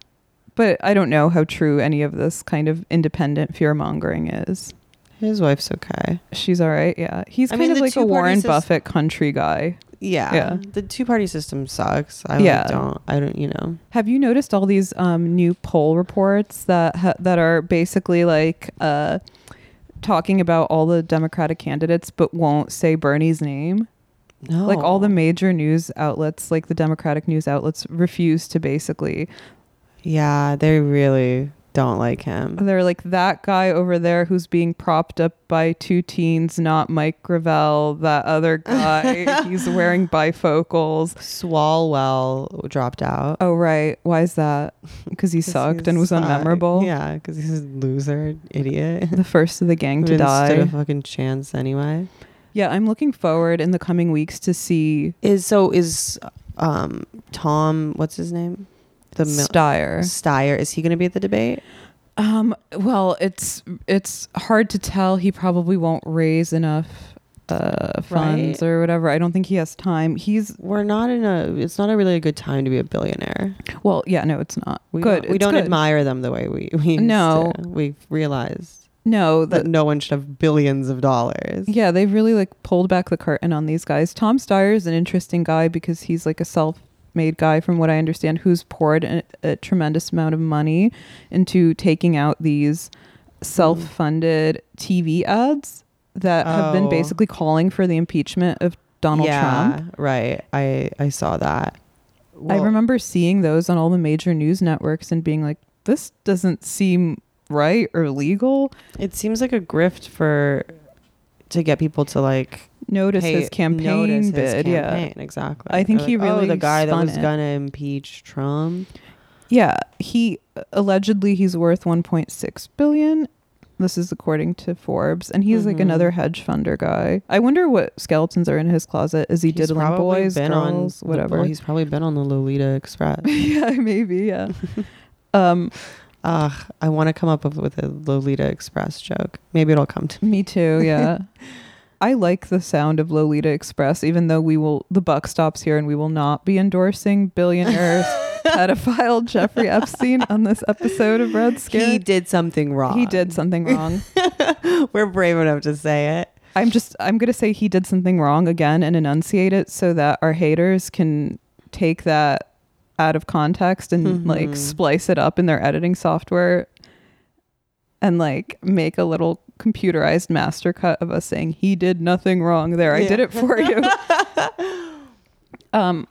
[SPEAKER 1] But I don't know how true any of this kind of independent fear mongering is.
[SPEAKER 2] His wife's okay.
[SPEAKER 1] She's all right. Yeah. He's
[SPEAKER 2] I
[SPEAKER 1] kind
[SPEAKER 2] mean,
[SPEAKER 1] of
[SPEAKER 2] the
[SPEAKER 1] like a
[SPEAKER 2] two-party
[SPEAKER 1] Warren
[SPEAKER 2] sys-
[SPEAKER 1] Buffett country guy.
[SPEAKER 2] Yeah,
[SPEAKER 1] Yeah.
[SPEAKER 2] The two party system sucks. I
[SPEAKER 1] Yeah.
[SPEAKER 2] like, don't. I don't. You know.
[SPEAKER 1] Have you noticed all these um, new poll reports that ha- that are basically like uh, talking about all the Democratic candidates, but won't say Bernie's name?
[SPEAKER 2] No.
[SPEAKER 1] Like all the major news outlets, like the Democratic news outlets, refuse to basically.
[SPEAKER 2] Yeah, they really don't like him.
[SPEAKER 1] They're like that guy over there who's being propped up by two teens, not Mike Gravel. That other guy, he's wearing bifocals.
[SPEAKER 2] Swalwell dropped out.
[SPEAKER 1] Oh right, why is that? Because he
[SPEAKER 2] 'Cause
[SPEAKER 1] sucked
[SPEAKER 2] he
[SPEAKER 1] and was
[SPEAKER 2] sucked.
[SPEAKER 1] unmemorable.
[SPEAKER 2] Yeah, because he's a loser, idiot.
[SPEAKER 1] The first of the gang to
[SPEAKER 2] Didn't
[SPEAKER 1] die.
[SPEAKER 2] stood a fucking chance anyway.
[SPEAKER 1] Yeah, I'm looking forward in the coming weeks to see
[SPEAKER 2] Is so is um Tom? What's his name? The mil-
[SPEAKER 1] Steyer.
[SPEAKER 2] Steyer. Is he going to be at the debate?
[SPEAKER 1] Um, well, it's it's hard to tell. He probably won't raise enough uh, funds or whatever. I don't think he has time. He's
[SPEAKER 2] We're not in a. It's not a really a good time to be a billionaire.
[SPEAKER 1] well, yeah, no, it's not
[SPEAKER 2] We
[SPEAKER 1] good.
[SPEAKER 2] Don't, we
[SPEAKER 1] It's
[SPEAKER 2] don't
[SPEAKER 1] good.
[SPEAKER 2] admire them the way we. we used
[SPEAKER 1] No.
[SPEAKER 2] to. we've realized
[SPEAKER 1] No,
[SPEAKER 2] that
[SPEAKER 1] the,
[SPEAKER 2] no one should have billions of dollars.
[SPEAKER 1] yeah, they've really like pulled back the curtain on these guys. Tom Steyer is an interesting guy because he's like a self. Made guy, from what I understand, who's poured a, a tremendous amount of money into taking out these self-funded TV ads that have been
[SPEAKER 2] Oh.
[SPEAKER 1] basically calling for the impeachment of Donald
[SPEAKER 2] Yeah,
[SPEAKER 1] Trump.
[SPEAKER 2] Right. I I saw that.
[SPEAKER 1] I
[SPEAKER 2] Well,
[SPEAKER 1] remember seeing those on all the major news networks and being like, this doesn't seem right or legal.
[SPEAKER 2] It seems like a grift for to get people to like
[SPEAKER 1] Notice
[SPEAKER 2] pay-
[SPEAKER 1] his campaign
[SPEAKER 2] notice his
[SPEAKER 1] bid.
[SPEAKER 2] campaign, Exactly.
[SPEAKER 1] I think
[SPEAKER 2] They're
[SPEAKER 1] he
[SPEAKER 2] like, oh,
[SPEAKER 1] really
[SPEAKER 2] the guy that
[SPEAKER 1] spun
[SPEAKER 2] was
[SPEAKER 1] it.
[SPEAKER 2] gonna impeach Trump.
[SPEAKER 1] Yeah. Yeah. He allegedly he's worth 1.6 billion This is according to Forbes, and he's like
[SPEAKER 2] Mhm.
[SPEAKER 1] another hedge funder guy. I wonder what skeletons are in his closet. Is he
[SPEAKER 2] He's
[SPEAKER 1] diddling
[SPEAKER 2] probably
[SPEAKER 1] boys,
[SPEAKER 2] been on
[SPEAKER 1] girls,
[SPEAKER 2] the-
[SPEAKER 1] whatever?
[SPEAKER 2] well, he's probably been on the Lolita Express.
[SPEAKER 1] yeah, maybe. Yeah. um,
[SPEAKER 2] Ugh, I want to come up with a Lolita Express joke. Maybe it'll come to
[SPEAKER 1] me too. Yeah. I like the sound of Lolita Express, even though we will. The buck stops here, and we will not be endorsing billionaires, pedophile Jeffrey Epstein on this episode of Red Skin.
[SPEAKER 2] He did something wrong.
[SPEAKER 1] He did something wrong.
[SPEAKER 2] We're brave enough to say it.
[SPEAKER 1] I'm just I'm gonna say he did something wrong again and enunciate it so that our haters can take that out of context and like
[SPEAKER 2] Mhm.
[SPEAKER 1] splice it up in their editing software and like make a little computerized master cut of us saying he did nothing wrong there. I
[SPEAKER 2] Yeah.
[SPEAKER 1] did it for you. um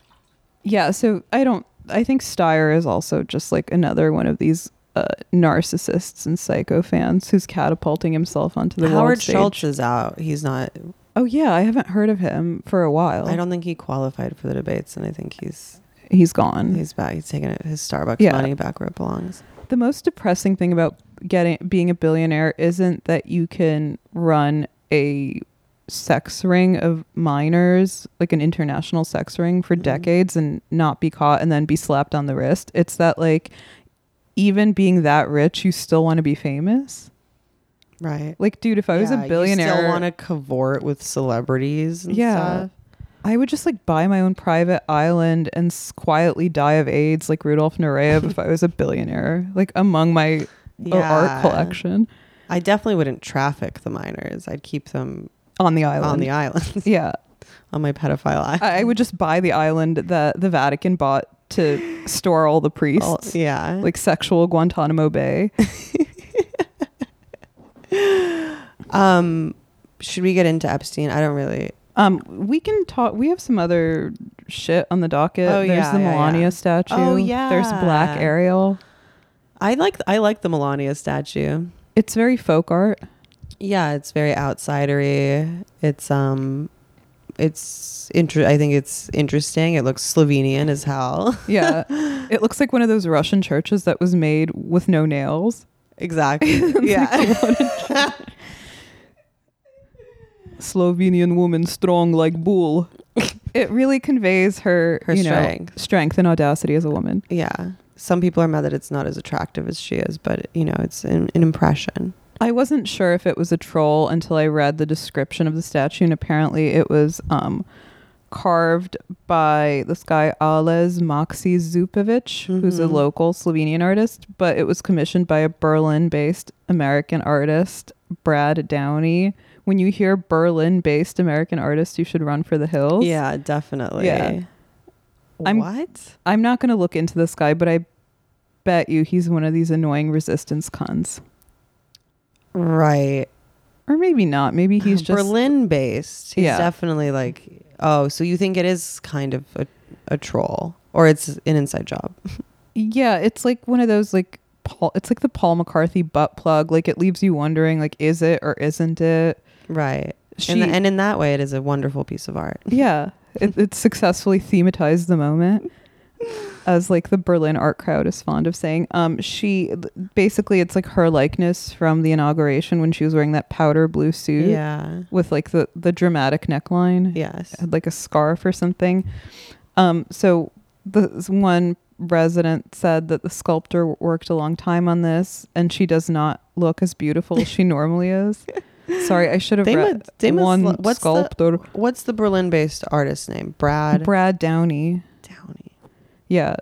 [SPEAKER 1] yeah, so I don't I think Steyer is also just like another one of these uh, narcissists and psycho fans who's catapulting himself onto the world
[SPEAKER 2] Howard
[SPEAKER 1] stage.
[SPEAKER 2] Schultz is out. He's not.
[SPEAKER 1] Oh yeah, I haven't heard of him for a while.
[SPEAKER 2] I don't think he qualified for the debates, and I think he's
[SPEAKER 1] He's gone.
[SPEAKER 2] he's back. He's taking it- his Starbucks
[SPEAKER 1] Yeah.
[SPEAKER 2] money back where it belongs.
[SPEAKER 1] the most depressing thing about getting being a billionaire isn't that you can run a sex ring of minors, like an international sex ring for
[SPEAKER 2] Mhm.
[SPEAKER 1] decades and not be caught and then be slapped on the wrist. It's that like even being that rich, you still want to be famous.
[SPEAKER 2] Right.
[SPEAKER 1] Like, dude, if I was a billionaire,
[SPEAKER 2] You still want to cavort with celebrities. And
[SPEAKER 1] Yeah.
[SPEAKER 2] Stuff.
[SPEAKER 1] I would just like buy my own private island and s- quietly die of AIDS like Rudolf Nureyev if I was a billionaire, like among my uh,
[SPEAKER 2] Yeah.
[SPEAKER 1] art collection
[SPEAKER 2] I definitely wouldn't traffic the minors. I'd keep them
[SPEAKER 1] on the island.
[SPEAKER 2] on the island,
[SPEAKER 1] yeah,
[SPEAKER 2] on my pedophile island.
[SPEAKER 1] I, I would just buy the island that the Vatican bought to store all the priests,
[SPEAKER 2] All- yeah.
[SPEAKER 1] like sexual Guantanamo Bay.
[SPEAKER 2] um, should we get into Epstein? I don't really.
[SPEAKER 1] Um, we can talk. We have some other shit on the docket.
[SPEAKER 2] Oh,
[SPEAKER 1] There's
[SPEAKER 2] yeah,
[SPEAKER 1] the
[SPEAKER 2] yeah,
[SPEAKER 1] Melania
[SPEAKER 2] yeah.
[SPEAKER 1] statue.
[SPEAKER 2] Oh,
[SPEAKER 1] There's
[SPEAKER 2] yeah.
[SPEAKER 1] Black Ariel.
[SPEAKER 2] I like I like the Melania statue.
[SPEAKER 1] It's very folk art.
[SPEAKER 2] Yeah, it's very outsidery. It's um, it's inter- I think it's interesting. It looks Slovenian as hell.
[SPEAKER 1] Yeah. it looks like one of those Russian churches that was made with no nails.
[SPEAKER 2] Exactly. yeah.
[SPEAKER 1] Slovenian woman strong like bull. it really conveys her,
[SPEAKER 2] Her
[SPEAKER 1] you
[SPEAKER 2] strength.
[SPEAKER 1] know, strength and audacity as a woman.
[SPEAKER 2] yeah. Some people are mad that it's not as attractive as she is, but you know, it's an, an impression.
[SPEAKER 1] I wasn't sure if it was a troll until I read the description of the statue, and apparently it was um, carved by this guy, Alez Moxie Zupovic, who's a
[SPEAKER 2] Mhm.
[SPEAKER 1] local Slovenian artist, but it was commissioned by a Berlin based American artist, Brad Downey. When you hear Berlin based American artist, you should run for the hills.
[SPEAKER 2] Yeah, definitely.
[SPEAKER 1] Yeah. I'm-
[SPEAKER 2] what?
[SPEAKER 1] I'm not going to look into this guy, but I bet you he's one of these annoying resistance cons.
[SPEAKER 2] Right.
[SPEAKER 1] Or maybe not. Maybe he's just.
[SPEAKER 2] Berlin based. He's
[SPEAKER 1] Yeah.
[SPEAKER 2] definitely like, oh, so you think it is kind of a, a troll or it's an inside job.
[SPEAKER 1] Yeah, it's like one of those like Paul. It's like the Paul McCarthy butt plug. Like it leaves you wondering, like is it or isn't it?
[SPEAKER 2] Right.
[SPEAKER 1] She,
[SPEAKER 2] and, and in that way, it is a wonderful piece of art.
[SPEAKER 1] yeah, it, it successfully thematized the moment, as like the Berlin art crowd is fond of saying. Um, she basically it's like her likeness from the inauguration when she was wearing that powder blue suit
[SPEAKER 2] Yeah.
[SPEAKER 1] with like the the dramatic neckline.
[SPEAKER 2] Yes.
[SPEAKER 1] had like a scarf or something. Um, so this one resident said that the sculptor worked a long time on this, and she does not look as beautiful as she normally is. Sorry, I should have
[SPEAKER 2] They
[SPEAKER 1] read
[SPEAKER 2] must- they must
[SPEAKER 1] one
[SPEAKER 2] lo- what's the-
[SPEAKER 1] sculptor,
[SPEAKER 2] What's the Berlin based artist name? Brad,
[SPEAKER 1] Brad Downey.
[SPEAKER 2] Downey.
[SPEAKER 1] Yeah,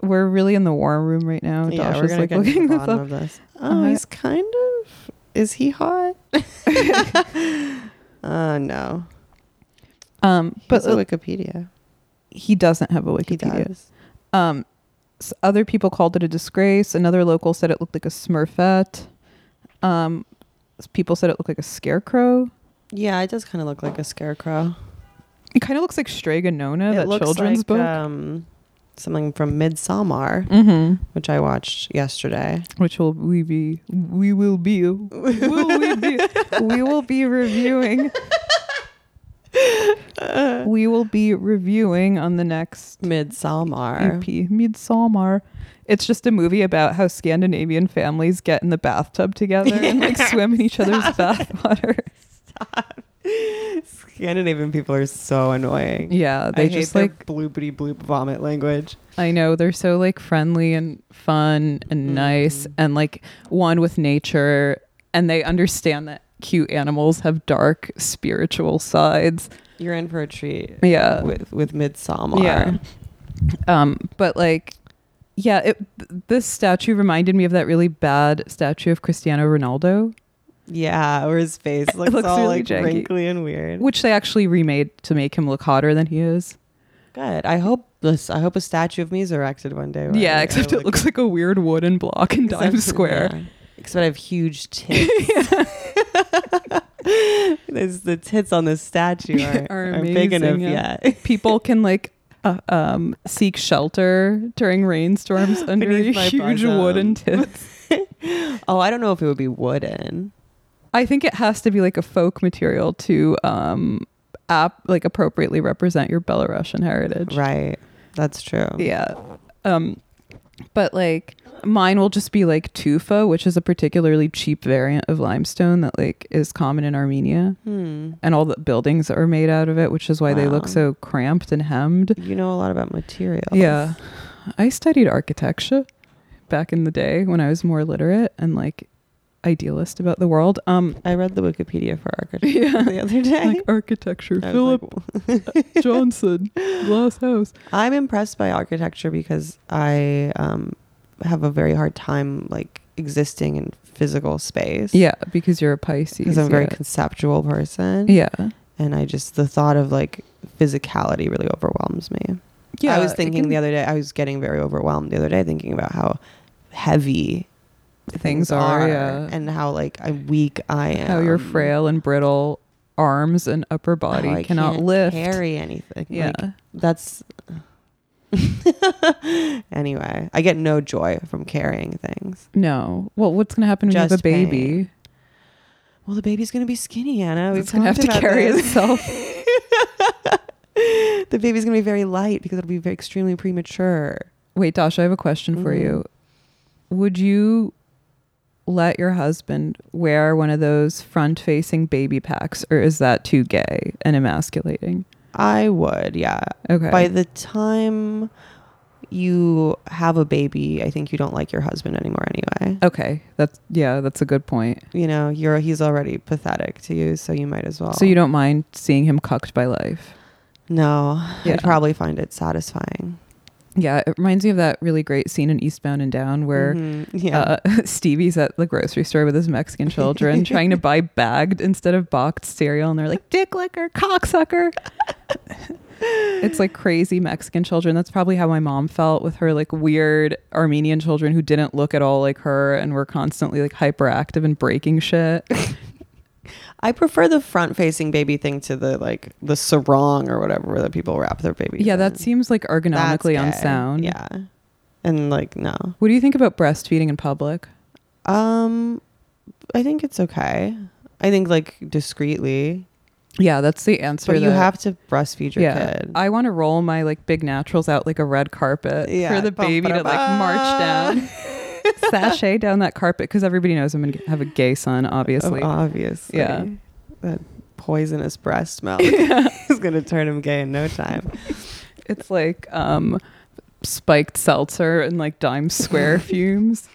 [SPEAKER 1] we're really in the war room right now.
[SPEAKER 2] Oh,
[SPEAKER 1] Dash is
[SPEAKER 2] gonna
[SPEAKER 1] like
[SPEAKER 2] to the
[SPEAKER 1] looking this
[SPEAKER 2] bottom
[SPEAKER 1] up.
[SPEAKER 2] of this.
[SPEAKER 1] Oh,
[SPEAKER 2] Oh,
[SPEAKER 1] yeah.
[SPEAKER 2] he's kind of. Is he hot? uh, no.
[SPEAKER 1] Um,
[SPEAKER 2] But
[SPEAKER 1] but uh,
[SPEAKER 2] Wikipedia.
[SPEAKER 1] he doesn't have a Wikipedia.
[SPEAKER 2] He does.
[SPEAKER 1] Um, s- other people called it a disgrace. Another local said it looked like a Smurfette. Um, s- people said it looked like a scarecrow.
[SPEAKER 2] Yeah, it does kind of look like a scarecrow.
[SPEAKER 1] It kind of looks like Strega Nona,
[SPEAKER 2] it
[SPEAKER 1] that
[SPEAKER 2] looks
[SPEAKER 1] children's
[SPEAKER 2] like,
[SPEAKER 1] book.
[SPEAKER 2] Um, something from Midsommar,
[SPEAKER 1] mm-hmm.
[SPEAKER 2] which I watched yesterday.
[SPEAKER 1] Which will we be? We will be. Will we be? we will be reviewing. we will be reviewing on the next
[SPEAKER 2] Midsummer.
[SPEAKER 1] EP, Midsommar. It's just a movie about how Scandinavian families get in the bathtub together and like swim in each other's bathwater.
[SPEAKER 2] Scandinavian people are so annoying.
[SPEAKER 1] Yeah, they
[SPEAKER 2] I hate
[SPEAKER 1] just
[SPEAKER 2] their
[SPEAKER 1] like
[SPEAKER 2] bloopity bloop vomit language.
[SPEAKER 1] I know they're so like friendly and fun and
[SPEAKER 2] Mm-hmm.
[SPEAKER 1] nice and like one with nature and they understand that cute animals have dark spiritual sides.
[SPEAKER 2] You're in for a treat.
[SPEAKER 1] Yeah.
[SPEAKER 2] With with Midsummer.
[SPEAKER 1] Yeah. Um but like yeah, it, this statue reminded me of that really bad statue of Cristiano Ronaldo,
[SPEAKER 2] Yeah, or his face looks,
[SPEAKER 1] looks
[SPEAKER 2] all
[SPEAKER 1] really
[SPEAKER 2] like
[SPEAKER 1] janky.
[SPEAKER 2] wrinkly and weird.
[SPEAKER 1] which they actually remade to make him look hotter than he is.
[SPEAKER 2] Good. I hope this. I hope a statue of me is erected one day. where
[SPEAKER 1] yeah,
[SPEAKER 2] I- I
[SPEAKER 1] except it
[SPEAKER 2] look-
[SPEAKER 1] looks like a weird wooden block in
[SPEAKER 2] except-
[SPEAKER 1] Times Square.
[SPEAKER 2] yeah. Except I have huge tits. There's the tits on this statue are,
[SPEAKER 1] Are
[SPEAKER 2] are big enough
[SPEAKER 1] amazing, yeah.
[SPEAKER 2] yet.
[SPEAKER 1] people can like uh, um, seek shelter during rainstorms under
[SPEAKER 2] Beneath my
[SPEAKER 1] huge
[SPEAKER 2] bosom.
[SPEAKER 1] wooden tits.
[SPEAKER 2] Oh, I don't know if it would be wooden.
[SPEAKER 1] I think it has to be like a folk material to um, app like appropriately represent your Belarusian heritage.
[SPEAKER 2] Right. That's true.
[SPEAKER 1] Yeah. Um, but like mine will just be like tufa, which is a particularly cheap variant of limestone that like is common in Armenia,
[SPEAKER 2] Hmm.
[SPEAKER 1] and all the buildings are made out of it, which is why they look
[SPEAKER 2] Wow.
[SPEAKER 1] so cramped and hemmed.
[SPEAKER 2] You know a lot about materials.
[SPEAKER 1] Yeah. I studied architecture back in the day when I was more literate and like idealist about the world. Um
[SPEAKER 2] I read the Wikipedia for architecture
[SPEAKER 1] yeah.
[SPEAKER 2] the other day.
[SPEAKER 1] Like architecture,
[SPEAKER 2] I was
[SPEAKER 1] Philip
[SPEAKER 2] like,
[SPEAKER 1] Johnson, Glass House.
[SPEAKER 2] I'm impressed by architecture because I um, have a very hard time like existing in physical space.
[SPEAKER 1] Yeah, because you're a Pisces.
[SPEAKER 2] because I'm a very
[SPEAKER 1] yeah.
[SPEAKER 2] conceptual person,
[SPEAKER 1] yeah.
[SPEAKER 2] and I just the thought of like physicality really overwhelms me.
[SPEAKER 1] Yeah,
[SPEAKER 2] I was
[SPEAKER 1] it
[SPEAKER 2] thinking
[SPEAKER 1] can-
[SPEAKER 2] the other day. I was getting very overwhelmed the other day, thinking about how heavy
[SPEAKER 1] Things are, yeah.
[SPEAKER 2] and how like I- weak I am.
[SPEAKER 1] how your frail and brittle arms and upper
[SPEAKER 2] how
[SPEAKER 1] body
[SPEAKER 2] um, Oh, I
[SPEAKER 1] cannot
[SPEAKER 2] can't
[SPEAKER 1] lift.
[SPEAKER 2] carry anything.
[SPEAKER 1] yeah.
[SPEAKER 2] Like, that's anyway i get no joy from carrying things
[SPEAKER 1] no. Well, what's gonna happen when you have a
[SPEAKER 2] Just
[SPEAKER 1] baby?
[SPEAKER 2] pain. well the baby's gonna be skinny anna we've
[SPEAKER 1] It's gonna have
[SPEAKER 2] talked
[SPEAKER 1] to
[SPEAKER 2] about
[SPEAKER 1] carry
[SPEAKER 2] this.
[SPEAKER 1] itself.
[SPEAKER 2] the baby's gonna be very light because it'll be very extremely premature
[SPEAKER 1] Wait, Dasha, I have a question for
[SPEAKER 2] Mhm.
[SPEAKER 1] you.
[SPEAKER 2] Mm-hmm.
[SPEAKER 1] Would you let your husband wear one of those front facing baby packs, or is that too gay and emasculating?
[SPEAKER 2] i would yeah
[SPEAKER 1] Okay.
[SPEAKER 2] by the time you have a baby i think you don't like your husband anymore anyway
[SPEAKER 1] okay. That's, yeah, that's a good point.
[SPEAKER 2] you know you're he's already pathetic to you so you might as well
[SPEAKER 1] So you don't mind seeing him cucked by life?
[SPEAKER 2] no
[SPEAKER 1] Yeah.
[SPEAKER 2] i'd probably find it satisfying
[SPEAKER 1] Yeah, it reminds me of that really great scene in Eastbound and Down where.
[SPEAKER 2] Mhm. yeah
[SPEAKER 1] Uh, Stevie's at the grocery store with his Mexican children trying to buy bagged instead of boxed cereal, and they're like, dick licker, cocksucker. it's like crazy Mexican children. That's probably how my mom felt with her like weird Armenian children who didn't look at all like her and were constantly like hyperactive and breaking shit.
[SPEAKER 2] I prefer the front facing baby thing to the like the sarong or whatever that people wrap their babies.
[SPEAKER 1] yeah,
[SPEAKER 2] in.
[SPEAKER 1] that seems like
[SPEAKER 2] That's
[SPEAKER 1] ergonomically
[SPEAKER 2] gay.
[SPEAKER 1] unsound.
[SPEAKER 2] Yeah. And like no.
[SPEAKER 1] What do you think about breastfeeding in public?
[SPEAKER 2] Um I think it's okay. I think like discreetly.
[SPEAKER 1] Yeah, that's the answer.
[SPEAKER 2] But you
[SPEAKER 1] that-
[SPEAKER 2] have to breastfeed your kid.
[SPEAKER 1] I want to roll my like big naturals out like a red carpet
[SPEAKER 2] Yeah,
[SPEAKER 1] for the
[SPEAKER 2] bum,
[SPEAKER 1] baby to like
[SPEAKER 2] ba-da-ba.
[SPEAKER 1] march down, sashay down that carpet because everybody knows I'm gonna have a gay son, obviously.
[SPEAKER 2] Oh, obviously.
[SPEAKER 1] Yeah.
[SPEAKER 2] That poisonous breast milk is gonna turn him gay in no time.
[SPEAKER 1] It's like um, spiked seltzer and like dime square fumes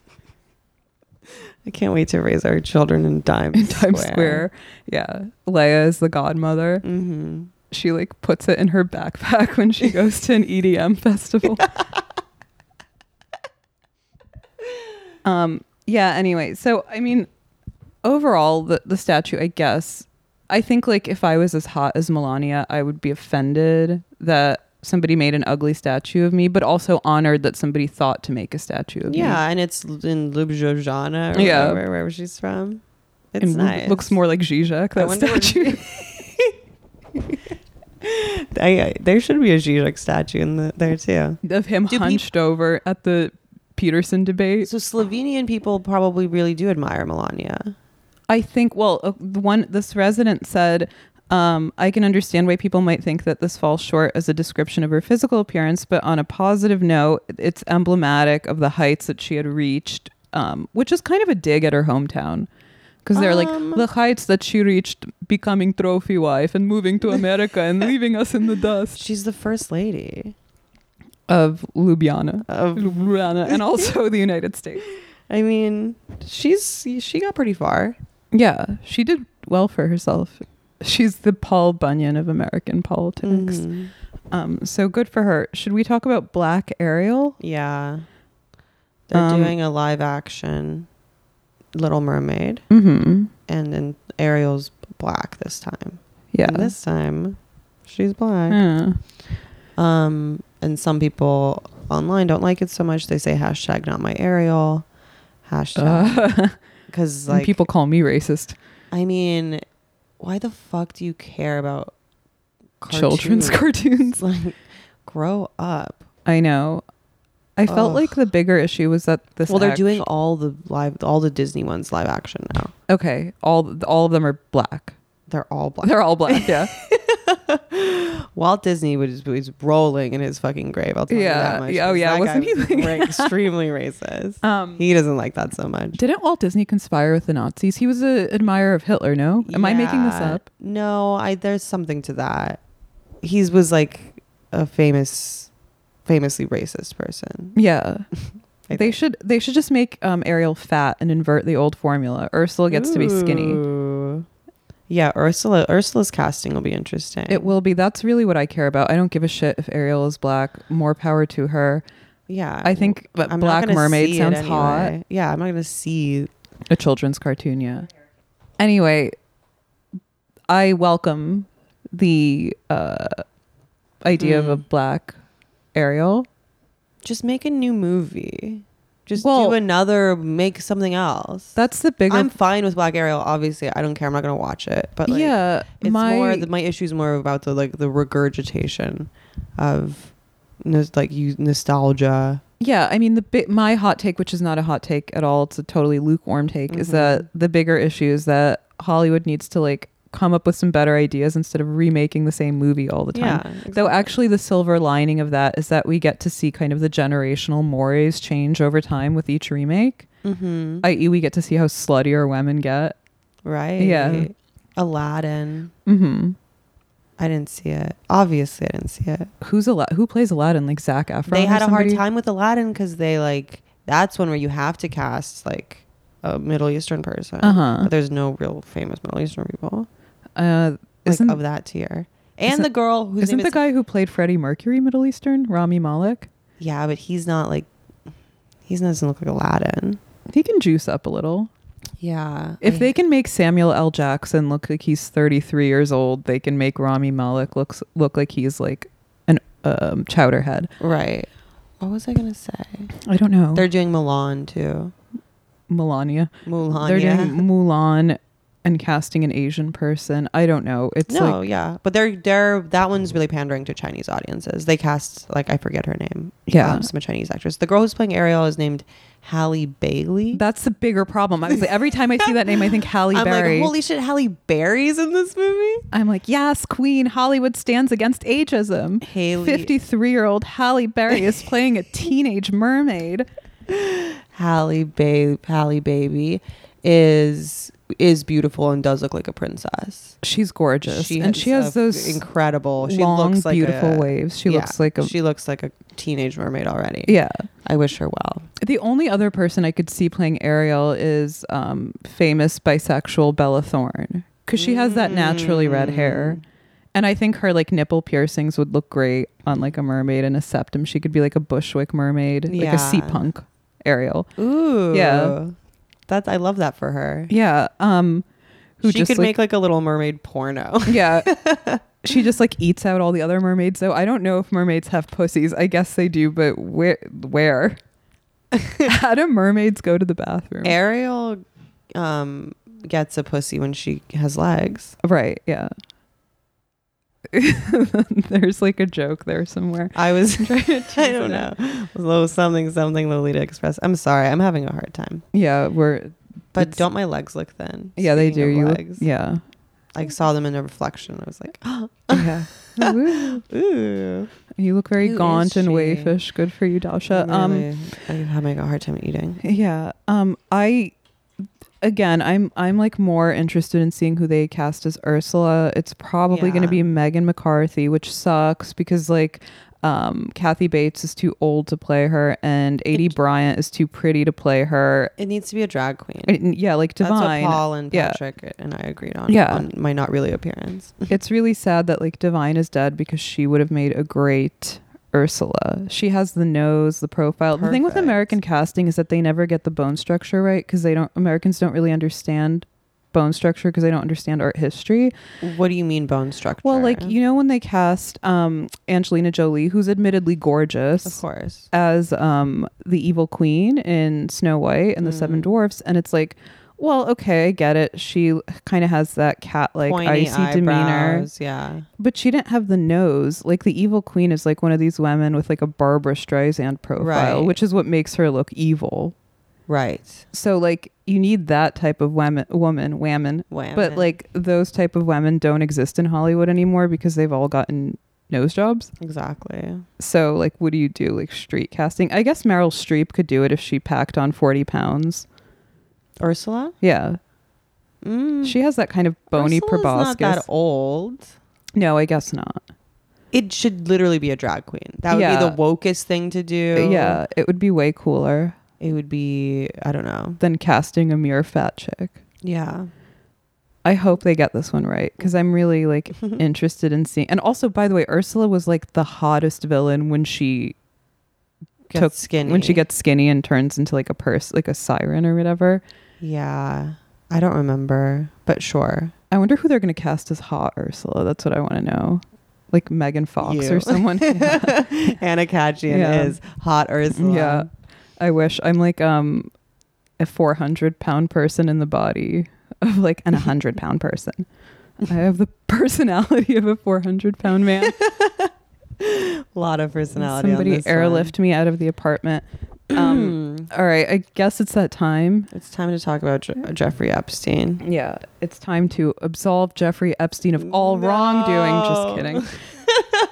[SPEAKER 2] I can't wait to raise our children in Dime
[SPEAKER 1] in Times Square. Yeah, Leia is the godmother.
[SPEAKER 2] Mm-hmm.
[SPEAKER 1] She like puts it in her backpack when she goes to an EDM festival. um yeah, anyway. So I mean overall the the statue I guess I think like if I was as hot as Melania, I would be offended that somebody made an ugly statue of me, but also honored that somebody thought to make a statue of me.
[SPEAKER 2] Yeah, and it's in Ljubljana or
[SPEAKER 1] Yeah.
[SPEAKER 2] wherever, wherever she's from. It's
[SPEAKER 1] And
[SPEAKER 2] nice.
[SPEAKER 1] looks more like Zizek,
[SPEAKER 2] I
[SPEAKER 1] that
[SPEAKER 2] wonder where-
[SPEAKER 1] statue.
[SPEAKER 2] I, I- there should be a Zizek statue in the, there too.
[SPEAKER 1] of him
[SPEAKER 2] Do peop-
[SPEAKER 1] hunched over at the Peterson debate.
[SPEAKER 2] So Slovenian people probably really do admire Melania.
[SPEAKER 1] I think well uh, the one this resident said Um, I can understand why people might think that this falls short as a description of her physical appearance, but on a positive note, it's emblematic of the heights that she had reached, um, which is kind of a dig at her hometown. Because they're
[SPEAKER 2] Um.
[SPEAKER 1] like, the heights that she reached becoming trophy wife and moving to America and leaving us in the dust
[SPEAKER 2] She's the first lady
[SPEAKER 1] of Ljubljana.
[SPEAKER 2] of.
[SPEAKER 1] Ljubljana and also the United States.
[SPEAKER 2] I mean, she's she got pretty far.
[SPEAKER 1] Yeah, she did well for herself. She's the Paul Bunyan of American politics.
[SPEAKER 2] Mhm.
[SPEAKER 1] Um, so good for her. Should we talk about Black Ariel?
[SPEAKER 2] Yeah, they're
[SPEAKER 1] Um,
[SPEAKER 2] doing a live action Little Mermaid,
[SPEAKER 1] Mm-hmm.
[SPEAKER 2] and then Ariel's black this time.
[SPEAKER 1] Yeah.
[SPEAKER 2] And this time, she's black.
[SPEAKER 1] Yeah. Hmm.
[SPEAKER 2] Um, and some people online don't like it so much. They say hashtag not my Ariel, hashtag
[SPEAKER 1] Uh,
[SPEAKER 2] because
[SPEAKER 1] and
[SPEAKER 2] like
[SPEAKER 1] people call me racist.
[SPEAKER 2] I mean, why the fuck do you care about
[SPEAKER 1] Children's cartoons.
[SPEAKER 2] like, grow up.
[SPEAKER 1] I know. I felt
[SPEAKER 2] Ugh.
[SPEAKER 1] like the bigger issue was that this.
[SPEAKER 2] well, they're
[SPEAKER 1] act-
[SPEAKER 2] doing all the live, all the Disney ones live action now.
[SPEAKER 1] okay. All all of them are black.
[SPEAKER 2] They're all black.
[SPEAKER 1] They're all black. Yeah.
[SPEAKER 2] Walt Disney was, was rolling in his fucking grave. I'll tell
[SPEAKER 1] Yeah.
[SPEAKER 2] you that much.
[SPEAKER 1] Yeah, oh,
[SPEAKER 2] 'cause
[SPEAKER 1] yeah,
[SPEAKER 2] that guy
[SPEAKER 1] wasn't he,
[SPEAKER 2] was ra- extremely racist?
[SPEAKER 1] um,
[SPEAKER 2] He doesn't like that so much.
[SPEAKER 1] didn't Walt Disney conspire with the Nazis? He was an admirer of Hitler. No, am I making this
[SPEAKER 2] Yeah.
[SPEAKER 1] up?
[SPEAKER 2] No, I there's something to that. He was like a famous, famously racist person.
[SPEAKER 1] Yeah. They
[SPEAKER 2] I think.
[SPEAKER 1] should they should just make um, Ariel fat and invert the old formula. Ursula gets to be skinny.
[SPEAKER 2] Ooh. Yeah, Ursula. Ursula's casting will be interesting.
[SPEAKER 1] It will be. That's really what I care about. I don't give a shit if Ariel is black. More power to her.
[SPEAKER 2] Yeah,
[SPEAKER 1] I think but
[SPEAKER 2] I'm not
[SPEAKER 1] Black
[SPEAKER 2] gonna
[SPEAKER 1] Mermaid
[SPEAKER 2] see it
[SPEAKER 1] sounds
[SPEAKER 2] anyway.
[SPEAKER 1] hot.
[SPEAKER 2] Yeah, I'm not gonna see.
[SPEAKER 1] A children's cartoon, yeah. Anyway, I welcome the uh, idea of a
[SPEAKER 2] Mm.
[SPEAKER 1] black Ariel.
[SPEAKER 2] Just make a new movie. Just
[SPEAKER 1] Well-
[SPEAKER 2] do another. Make something else.
[SPEAKER 1] That's the bigger.
[SPEAKER 2] I'm fine with Black Ariel. Obviously, I don't care. I'm not gonna watch it. But like,
[SPEAKER 1] yeah,
[SPEAKER 2] it's
[SPEAKER 1] my
[SPEAKER 2] more the, my issue is more about the like the regurgitation of nos- like you nostalgia
[SPEAKER 1] Yeah, I mean the bi- my hot take, which is not a hot take at all, it's a totally lukewarm take, is
[SPEAKER 2] Mhm.
[SPEAKER 1] that the bigger issue is that Hollywood needs to like come up with some better ideas instead of remaking the same movie all the time. Though actually the silver lining of that is that we get to see kind of the generational mores change over time with each remake.
[SPEAKER 2] hmm
[SPEAKER 1] I.e. we get to see how sluttier women get.
[SPEAKER 2] right
[SPEAKER 1] Yeah.
[SPEAKER 2] aladdin
[SPEAKER 1] Mhm.
[SPEAKER 2] i didn't see it obviously i didn't see it
[SPEAKER 1] Who's Ala- who plays Aladdin like Zach Efron?
[SPEAKER 2] they
[SPEAKER 1] or
[SPEAKER 2] had a hard
[SPEAKER 1] somebody?
[SPEAKER 2] time with aladdin because they like that's one where you have to cast like a middle eastern person
[SPEAKER 1] Uh-huh.
[SPEAKER 2] but there's no real famous middle eastern people
[SPEAKER 1] Uh
[SPEAKER 2] like
[SPEAKER 1] isn't,
[SPEAKER 2] of that tier and
[SPEAKER 1] isn't-
[SPEAKER 2] the girl whose
[SPEAKER 1] isn't
[SPEAKER 2] name
[SPEAKER 1] the
[SPEAKER 2] is
[SPEAKER 1] guy who played Freddie Mercury Middle Eastern? Rami Malek?
[SPEAKER 2] yeah but he's not like he doesn't look like aladdin
[SPEAKER 1] He can juice up a little.
[SPEAKER 2] Yeah.
[SPEAKER 1] If
[SPEAKER 2] I-
[SPEAKER 1] they can make Samuel L. Jackson look like he's 33 years old, they can make Rami Malek looks look like he's like an um, chowder head.
[SPEAKER 2] right. What was I gonna say?
[SPEAKER 1] I don't know.
[SPEAKER 2] They're doing Milan too.
[SPEAKER 1] Melania.
[SPEAKER 2] Mulan.
[SPEAKER 1] They're
[SPEAKER 2] yeah.
[SPEAKER 1] doing Mulan and casting an Asian person. I don't know. It's
[SPEAKER 2] no,
[SPEAKER 1] like
[SPEAKER 2] yeah, but they're they're that one's really pandering to Chinese audiences. They cast like I forget her name.
[SPEAKER 1] Yeah.
[SPEAKER 2] um, some Chinese actress. The girl who's playing Ariel is named Halle Bailey.
[SPEAKER 1] that's the bigger problem. I was like, every time I see that name, I think Halle
[SPEAKER 2] I'm
[SPEAKER 1] Berry.
[SPEAKER 2] like, holy shit, Halle Berry's in this movie.
[SPEAKER 1] I'm like, yes, Queen Hollywood stands against ageism.
[SPEAKER 2] Haley,
[SPEAKER 1] 53 year old Halle Berry is playing a teenage mermaid.
[SPEAKER 2] Halle Ba Halle Baby is is beautiful and does look like a princess.
[SPEAKER 1] She's gorgeous, and she has
[SPEAKER 2] a
[SPEAKER 1] those
[SPEAKER 2] incredible, she
[SPEAKER 1] long,
[SPEAKER 2] looks like
[SPEAKER 1] beautiful
[SPEAKER 2] a-
[SPEAKER 1] waves. She
[SPEAKER 2] Yeah,
[SPEAKER 1] looks like a
[SPEAKER 2] she looks like a teenage mermaid already.
[SPEAKER 1] yeah.
[SPEAKER 2] I wish her well.
[SPEAKER 1] The only other person I could see playing Ariel is um, famous bisexual Bella Thorne because she has that naturally red
[SPEAKER 2] Mm.
[SPEAKER 1] hair, and I think her like nipple piercings would look great on like a mermaid and a septum. She could be like a Bushwick mermaid, like a sea
[SPEAKER 2] Yeah.
[SPEAKER 1] punk Ariel.
[SPEAKER 2] Ooh,
[SPEAKER 1] Yeah.
[SPEAKER 2] That's I love that for her.
[SPEAKER 1] Yeah, um, who
[SPEAKER 2] she
[SPEAKER 1] just
[SPEAKER 2] could
[SPEAKER 1] like,
[SPEAKER 2] make like a Little Mermaid porno.
[SPEAKER 1] yeah. She just like eats out all the other mermaids though. I don't know if mermaids have pussies. I guess they do, but where where? How do mermaids go to the bathroom?
[SPEAKER 2] Ariel um, gets a pussy when she has legs.
[SPEAKER 1] Right, yeah. There's like a joke there somewhere.
[SPEAKER 2] I was trying to. I
[SPEAKER 1] it
[SPEAKER 2] don't know.
[SPEAKER 1] out.
[SPEAKER 2] Low something something Lolita Express. I'm sorry. I'm having a hard time.
[SPEAKER 1] Yeah, we're
[SPEAKER 2] But
[SPEAKER 1] It's-
[SPEAKER 2] don't my legs look thin?
[SPEAKER 1] yeah, they do.
[SPEAKER 2] Speaking of
[SPEAKER 1] You
[SPEAKER 2] legs.
[SPEAKER 1] yeah.
[SPEAKER 2] like saw them in a reflection. I was like,
[SPEAKER 1] Yeah. Woo.
[SPEAKER 2] ooh.
[SPEAKER 1] you look very
[SPEAKER 3] Who
[SPEAKER 1] gaunt
[SPEAKER 3] is
[SPEAKER 1] and
[SPEAKER 3] she?
[SPEAKER 1] wayfish. Good for you, Dasha. Um,
[SPEAKER 2] Really, I'm having a hard time eating.
[SPEAKER 1] Yeah. Um I again, I'm I'm like more interested in seeing who they cast as Ursula. It's probably going to be
[SPEAKER 2] Yeah.
[SPEAKER 1] Megan McCarthy, which sucks because like um Kathy Bates is too old to play her and Adie Bryant is too pretty to play her.
[SPEAKER 2] It needs to be a drag queen.
[SPEAKER 1] And, yeah, like
[SPEAKER 2] That's
[SPEAKER 1] Divine.
[SPEAKER 2] what Paul and
[SPEAKER 1] Yeah.
[SPEAKER 2] Patrick and I agreed on.
[SPEAKER 1] Yeah.
[SPEAKER 2] on my not really appearance.
[SPEAKER 1] it's really sad that like Divine is dead because she would have made a great Ursula. She has the nose, the profile. The thing with
[SPEAKER 2] Perfect.
[SPEAKER 1] American casting is that they never get the bone structure right because they don't Americans don't really understand bone structure because they don't understand art history.
[SPEAKER 2] What do you mean bone structure?
[SPEAKER 1] Well, like you know when they cast um Angelina Jolie, who's admittedly gorgeous
[SPEAKER 2] of course.
[SPEAKER 1] as um the evil queen in Snow White and the Seven
[SPEAKER 2] Mm.
[SPEAKER 1] Dwarfs, and it's like, well, okay, I get it. She kind of has that cat like
[SPEAKER 2] Pointy
[SPEAKER 1] icy demeanor,
[SPEAKER 2] eyebrows, Yeah,
[SPEAKER 1] but she didn't have the nose. Like the evil queen is like one of these women with like a Barbara Streisand profile,
[SPEAKER 2] Right.
[SPEAKER 1] which is what makes her look evil.
[SPEAKER 2] right.
[SPEAKER 1] So like you need that type of woman, woman, woman.
[SPEAKER 2] Wham.
[SPEAKER 1] But like those type of women don't exist in Hollywood anymore because they've all gotten nose jobs.
[SPEAKER 2] exactly.
[SPEAKER 1] So like, what do you do? Like street casting? I guess Meryl Streep could do it if she packed on forty pounds.
[SPEAKER 2] Ursula.
[SPEAKER 1] Yeah,
[SPEAKER 2] Mm.
[SPEAKER 1] she has that kind of bony
[SPEAKER 2] Ursula's
[SPEAKER 1] proboscis.
[SPEAKER 2] Not that old.
[SPEAKER 1] no, I guess not.
[SPEAKER 2] It should literally be a drag queen. That would
[SPEAKER 1] Yeah.
[SPEAKER 2] be the wokest thing to do.
[SPEAKER 1] Yeah, it would be way cooler
[SPEAKER 2] It would be, I don't know.
[SPEAKER 1] than casting a mere fat chick.
[SPEAKER 2] Yeah.
[SPEAKER 1] I hope they get this one right because I'm really like
[SPEAKER 2] Mhm.
[SPEAKER 1] interested in seeing. And also, by the way, Ursula was like the hottest villain when she
[SPEAKER 2] Gets
[SPEAKER 1] Took-
[SPEAKER 2] skinny.
[SPEAKER 1] when she gets skinny and turns into like a purse, like a siren or whatever.
[SPEAKER 2] Yeah. I don't remember, but sure.
[SPEAKER 1] I wonder who they're gonna cast as hot Ursula. That's what I want to know. Like Megan Fox
[SPEAKER 2] You.
[SPEAKER 1] or someone. yeah.
[SPEAKER 2] Anna Kachian
[SPEAKER 1] Yeah.
[SPEAKER 2] is hot Ursula.
[SPEAKER 1] Yeah. I wish I'm like um a 400 pound person in the body of like an 100 pound person. I have the personality of a 400 pound man.
[SPEAKER 2] A lot of personality.
[SPEAKER 1] Somebody
[SPEAKER 2] on this
[SPEAKER 1] airlift me out of the apartment. Um,
[SPEAKER 2] Um,
[SPEAKER 1] all right, I guess it's that time.
[SPEAKER 2] it's time to talk about Je- Jeffrey Epstein.
[SPEAKER 1] Yeah, it's time to absolve Jeffrey Epstein of all wrongdoing. Just
[SPEAKER 2] No.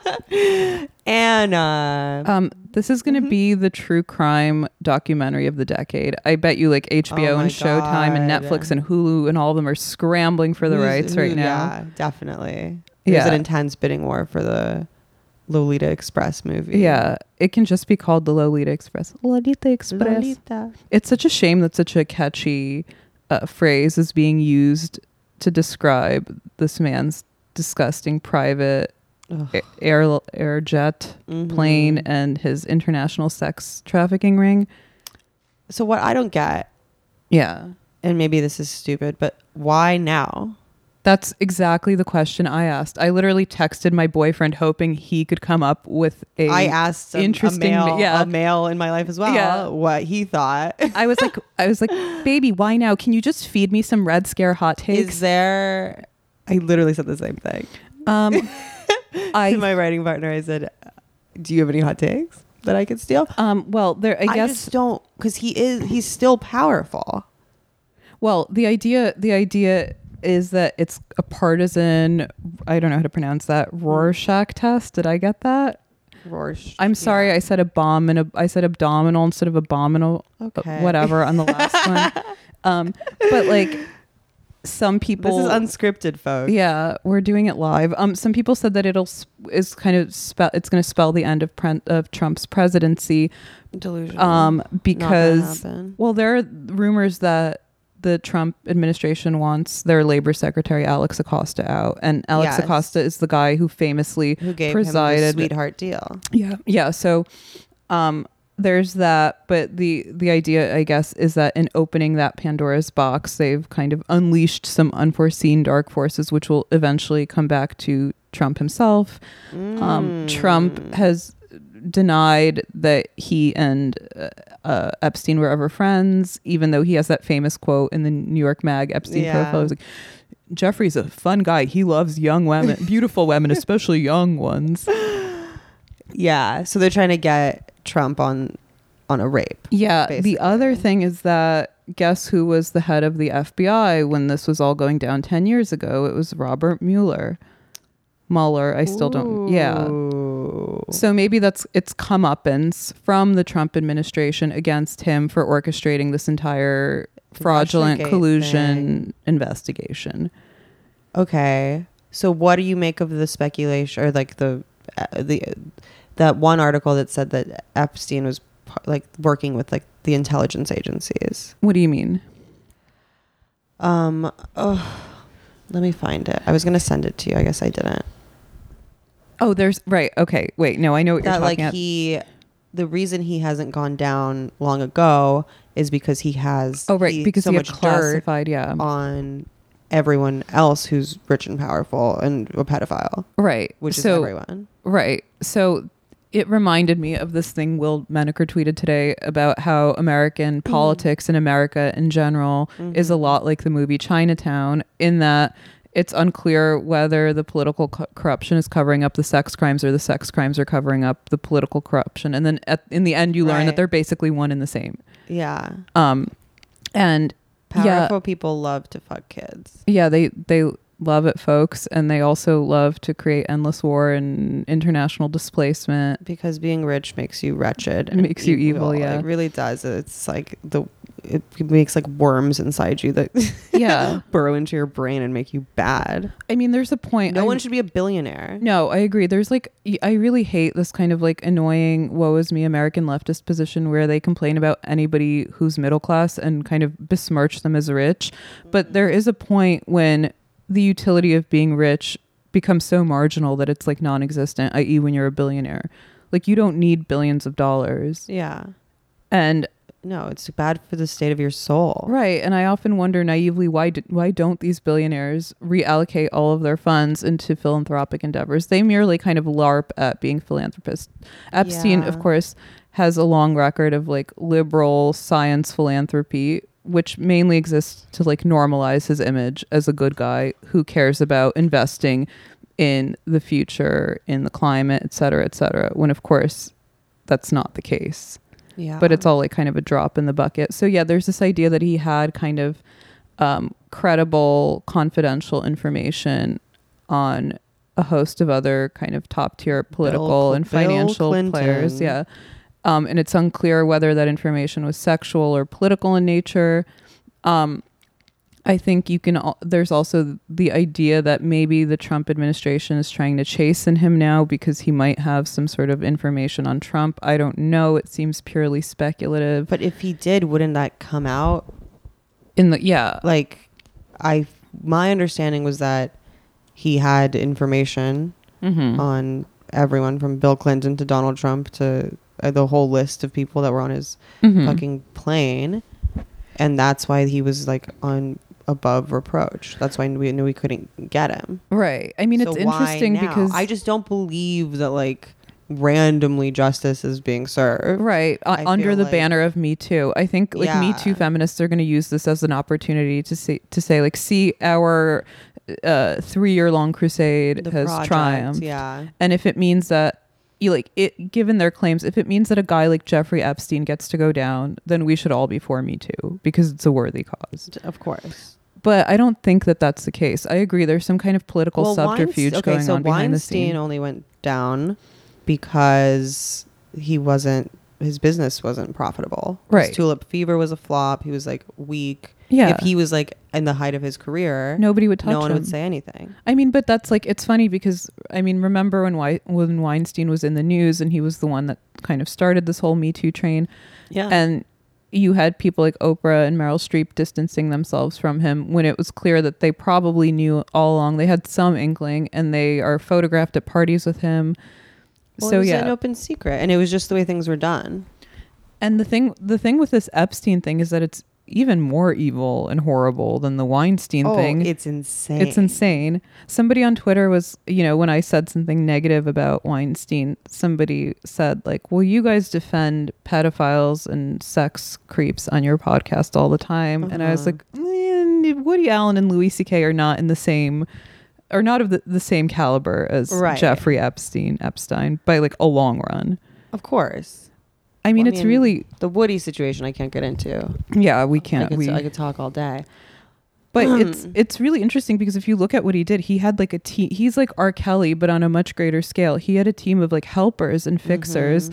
[SPEAKER 1] kidding.
[SPEAKER 2] Anna. Mm-hmm.
[SPEAKER 1] Um, this is going to be the true crime documentary of the decade. I bet you, like HBO
[SPEAKER 2] Oh my
[SPEAKER 1] and Showtime and
[SPEAKER 2] God.
[SPEAKER 1] Netflix and Hulu and all of them are scrambling for the
[SPEAKER 2] Who's-
[SPEAKER 1] rights
[SPEAKER 2] who-
[SPEAKER 1] right now.
[SPEAKER 2] Yeah, definitely. There's
[SPEAKER 1] Yeah.
[SPEAKER 2] an intense bidding war for the Lolita Express movie.
[SPEAKER 1] Yeah, it can just be called the Lolita Express. Lolita Express.
[SPEAKER 2] Lolita.
[SPEAKER 1] It's such a shame that such a catchy uh, phrase is being used to describe this man's disgusting private
[SPEAKER 2] Ugh.
[SPEAKER 1] a- air air jet plane
[SPEAKER 2] Mhm.
[SPEAKER 1] and his international sex trafficking ring.
[SPEAKER 2] So what I don't get,
[SPEAKER 1] Yeah.
[SPEAKER 2] and maybe this is stupid, but why now?
[SPEAKER 1] That's exactly the question I asked. I literally texted my boyfriend hoping he could come up with a
[SPEAKER 2] I asked a,
[SPEAKER 1] interesting-
[SPEAKER 2] interesting, a male,
[SPEAKER 1] yeah.
[SPEAKER 2] a male in my life as well,
[SPEAKER 1] Yeah.
[SPEAKER 2] what he thought.
[SPEAKER 1] I was like I was like, "Baby, why now? Can you just feed me some red scare hot
[SPEAKER 2] Is
[SPEAKER 1] takes?"
[SPEAKER 2] there? I literally said the same thing
[SPEAKER 1] Um
[SPEAKER 2] to
[SPEAKER 1] I
[SPEAKER 2] my writing partner. I said, "Do you have any hot takes that I could steal?"
[SPEAKER 1] um well, there I guess
[SPEAKER 2] just don't because he is he's still powerful.
[SPEAKER 1] Well, the idea the idea is that it's a partisan I don't know how to pronounce that Rorschach test. Did I get that?
[SPEAKER 2] Rorsch.
[SPEAKER 1] I'm sorry I said abom and ab- I said abdominal instead of abominal but
[SPEAKER 2] Okay.
[SPEAKER 1] whatever on the last one. Um but like some
[SPEAKER 2] This
[SPEAKER 1] people
[SPEAKER 2] is unscripted, folks.
[SPEAKER 1] yeah, we're doing it live. Um, some people said that it'll s is kind of spell. It's going to spell the end of pre- of Trump's presidency.
[SPEAKER 2] Delusional.
[SPEAKER 1] Um, because
[SPEAKER 2] happen.
[SPEAKER 1] well, there are rumors that the Trump administration wants their labor secretary Alex Acosta out, and Alex
[SPEAKER 2] Yes.
[SPEAKER 1] Acosta is the guy who famously
[SPEAKER 2] who gave
[SPEAKER 1] presided.
[SPEAKER 2] him the sweetheart deal?
[SPEAKER 1] yeah, yeah. So, um, there's that, but the the idea, I guess, is that in opening that Pandora's box, they've kind of unleashed some unforeseen dark forces, which will eventually come back to Trump himself. Um, Trump has denied that he and uh, uh, Epstein were ever friends, even though he has that famous quote in the New York Mag Epstein
[SPEAKER 2] Yeah.
[SPEAKER 1] profile. He's like, Jeffrey's a fun guy. He loves young women, beautiful women, especially young ones.
[SPEAKER 2] Yeah, so they're trying to get Trump on on a rape.
[SPEAKER 1] Yeah.
[SPEAKER 2] basically.
[SPEAKER 1] The other thing is that guess who was the head of the FBI when this was all going down 10 years ago? It was Robert Mueller. Mueller, I still don't. Yeah.
[SPEAKER 2] Ooh.
[SPEAKER 1] So maybe that's it's comeuppance from the Trump administration against him for orchestrating this entire fraudulent
[SPEAKER 2] Russiagate
[SPEAKER 1] collusion investigation.
[SPEAKER 2] Okay. So what do you make of the speculation or like the uh, the that one article that said that Epstein was par- like working with like the intelligence agencies?
[SPEAKER 1] What do you mean?
[SPEAKER 2] Um oh, let me find it. I was going to send it to you. I guess I didn't.
[SPEAKER 1] Oh, there's right. Okay, wait. No, I know what
[SPEAKER 2] that
[SPEAKER 1] you're
[SPEAKER 2] like
[SPEAKER 1] talking about.
[SPEAKER 2] he the reason he hasn't gone down long ago is because he has
[SPEAKER 1] Oh, right,
[SPEAKER 2] he-
[SPEAKER 1] because
[SPEAKER 2] so
[SPEAKER 1] he
[SPEAKER 2] much
[SPEAKER 1] had
[SPEAKER 2] dirt
[SPEAKER 1] classified. Yeah,
[SPEAKER 2] on everyone else who's rich and powerful and a pedophile,
[SPEAKER 1] right.
[SPEAKER 2] which
[SPEAKER 1] so,
[SPEAKER 2] is everyone.
[SPEAKER 1] Right. So it reminded me of this thing Will Menaker tweeted today about how American politics and America in general is a lot like the movie Chinatown in that it's unclear whether the political co- corruption is covering up the sex crimes or the sex crimes are covering up the political corruption. And then at, in the end, you learn
[SPEAKER 2] Right.
[SPEAKER 1] that they're basically one and the same.
[SPEAKER 2] Yeah.
[SPEAKER 1] Um, and yeah,
[SPEAKER 2] Powerful people love to fuck kids.
[SPEAKER 1] yeah, they they love it, folks, and they also love to create endless war and international displacement.
[SPEAKER 2] Because being rich makes you wretched.
[SPEAKER 1] It makes you evil, yeah.
[SPEAKER 2] It really does. It's like the it makes like worms inside you that
[SPEAKER 1] Yeah,
[SPEAKER 2] burrow into your brain and make you bad.
[SPEAKER 1] I mean, there's a point.
[SPEAKER 2] No
[SPEAKER 1] I-
[SPEAKER 2] one should be a billionaire.
[SPEAKER 1] No, I agree. There's like, y- I really hate this kind of like annoying woe is me American leftist position where they complain about anybody who's middle class and kind of besmirch them as rich. But there is a point when the utility of being rich becomes so marginal that it's like non existent, i.e., when you're a billionaire. Like, you don't need billions of dollars.
[SPEAKER 2] Yeah.
[SPEAKER 1] And
[SPEAKER 2] No, it's bad for the state of your soul.
[SPEAKER 1] Right, and I often wonder naively why d why don't these billionaires reallocate all of their funds into philanthropic endeavors? They merely kind of larp at being philanthropists. Epstein, of
[SPEAKER 2] Yeah.
[SPEAKER 1] course, has a long record of like liberal science philanthropy, which mainly exists to like normalize his image as a good guy who cares about investing in the future, in the climate, et cetera, et cetera. When of course that's not the case
[SPEAKER 2] Yeah.
[SPEAKER 1] but it's all like kind of a drop in the bucket. So yeah, there's this idea that he had kind of um, credible, confidential information on a host of other kind of top tier political
[SPEAKER 2] Cl-
[SPEAKER 1] and
[SPEAKER 2] Bill
[SPEAKER 1] financial
[SPEAKER 2] Clinton.
[SPEAKER 1] players. Yeah. Um, and it's unclear whether that information was sexual or political in nature. Um, I think you can. al- There's also the idea that maybe the Trump administration is trying to chasten him now because he might have some sort of information on Trump. I don't know. It seems purely speculative.
[SPEAKER 2] But if he did, wouldn't that come out?
[SPEAKER 1] In the yeah,
[SPEAKER 2] Like, I my understanding was that he had information
[SPEAKER 1] mm-hmm.
[SPEAKER 2] on everyone from Bill Clinton to Donald Trump to uh, the whole list of people that were on his
[SPEAKER 1] Mm-hmm.
[SPEAKER 2] fucking plane, and that's why he was like on above reproach. That's why we knew we couldn't get him.
[SPEAKER 1] right. I mean,
[SPEAKER 2] So
[SPEAKER 1] it's
[SPEAKER 2] why
[SPEAKER 1] interesting
[SPEAKER 2] now?
[SPEAKER 1] because
[SPEAKER 2] I just don't believe that like randomly justice is being served.
[SPEAKER 1] right uh,
[SPEAKER 2] I
[SPEAKER 1] under
[SPEAKER 2] feel
[SPEAKER 1] the
[SPEAKER 2] like-
[SPEAKER 1] banner of me too i think like me
[SPEAKER 2] Yeah.
[SPEAKER 1] too feminists are going to use this as an opportunity to say to say like see our uh, three-year long crusade
[SPEAKER 2] The
[SPEAKER 1] has
[SPEAKER 2] project,
[SPEAKER 1] triumphed
[SPEAKER 2] Yeah.
[SPEAKER 1] and if it means that you like it given their claims if it means that a guy like jeffrey epstein gets to go down then we should all be for me too because it's a worthy cause
[SPEAKER 2] Of course.
[SPEAKER 1] but i don't think that that's the case i agree there's some kind of political
[SPEAKER 2] Weinstein-
[SPEAKER 1] subterfuge going
[SPEAKER 2] so
[SPEAKER 1] on behind the
[SPEAKER 2] Weinstein
[SPEAKER 1] scene
[SPEAKER 2] only went down because he wasn't his business wasn't profitable. His
[SPEAKER 1] Right.
[SPEAKER 2] Tulip Fever was a flop. He was like weak.
[SPEAKER 1] Yeah.
[SPEAKER 2] If he was like in the height of his career, no,
[SPEAKER 1] nobody would touch
[SPEAKER 2] one
[SPEAKER 1] him.
[SPEAKER 2] would say anything.
[SPEAKER 1] I mean, but that's like it's funny because I mean, remember when Wei- when Weinstein was in the news and he was the one that kind of started this whole Me Too train,
[SPEAKER 2] Yeah.
[SPEAKER 1] and you had people like Oprah and Meryl Streep distancing themselves from him when it was clear that they probably knew all along. They had some inkling, and they are photographed at parties with him.
[SPEAKER 2] Well, it
[SPEAKER 1] so
[SPEAKER 2] was
[SPEAKER 1] yeah,
[SPEAKER 2] an open secret, and it was just the way things were done.
[SPEAKER 1] and the thing the thing with this Epstein thing is that it's even more evil and horrible than the Weinstein
[SPEAKER 2] oh,
[SPEAKER 1] thing.
[SPEAKER 2] it's insane.
[SPEAKER 1] It's insane. Somebody on Twitter was, you know, when I said something negative about Weinstein, somebody said, like, well, you guys defend pedophiles and sex creeps on your podcast all the time. And I was
[SPEAKER 2] Uh-huh.
[SPEAKER 1] like, "Mm, Woody Allen and Louis C.K. are not in the same, are not of the, the same caliber as
[SPEAKER 2] Right.
[SPEAKER 1] Jeffrey Epstein, Epstein by like a long run.
[SPEAKER 2] Of course.
[SPEAKER 1] I mean,
[SPEAKER 2] Well, I
[SPEAKER 1] it's
[SPEAKER 2] mean-
[SPEAKER 1] really
[SPEAKER 2] The Woody situation I can't get into.
[SPEAKER 1] yeah. We
[SPEAKER 2] I
[SPEAKER 1] can't.
[SPEAKER 2] could,
[SPEAKER 1] we
[SPEAKER 2] I could talk all day.
[SPEAKER 1] But it's it's really interesting because if you look at what he did, he had like a team. He's like R. Kelly, but on a much greater scale. He had a team of like helpers and fixers.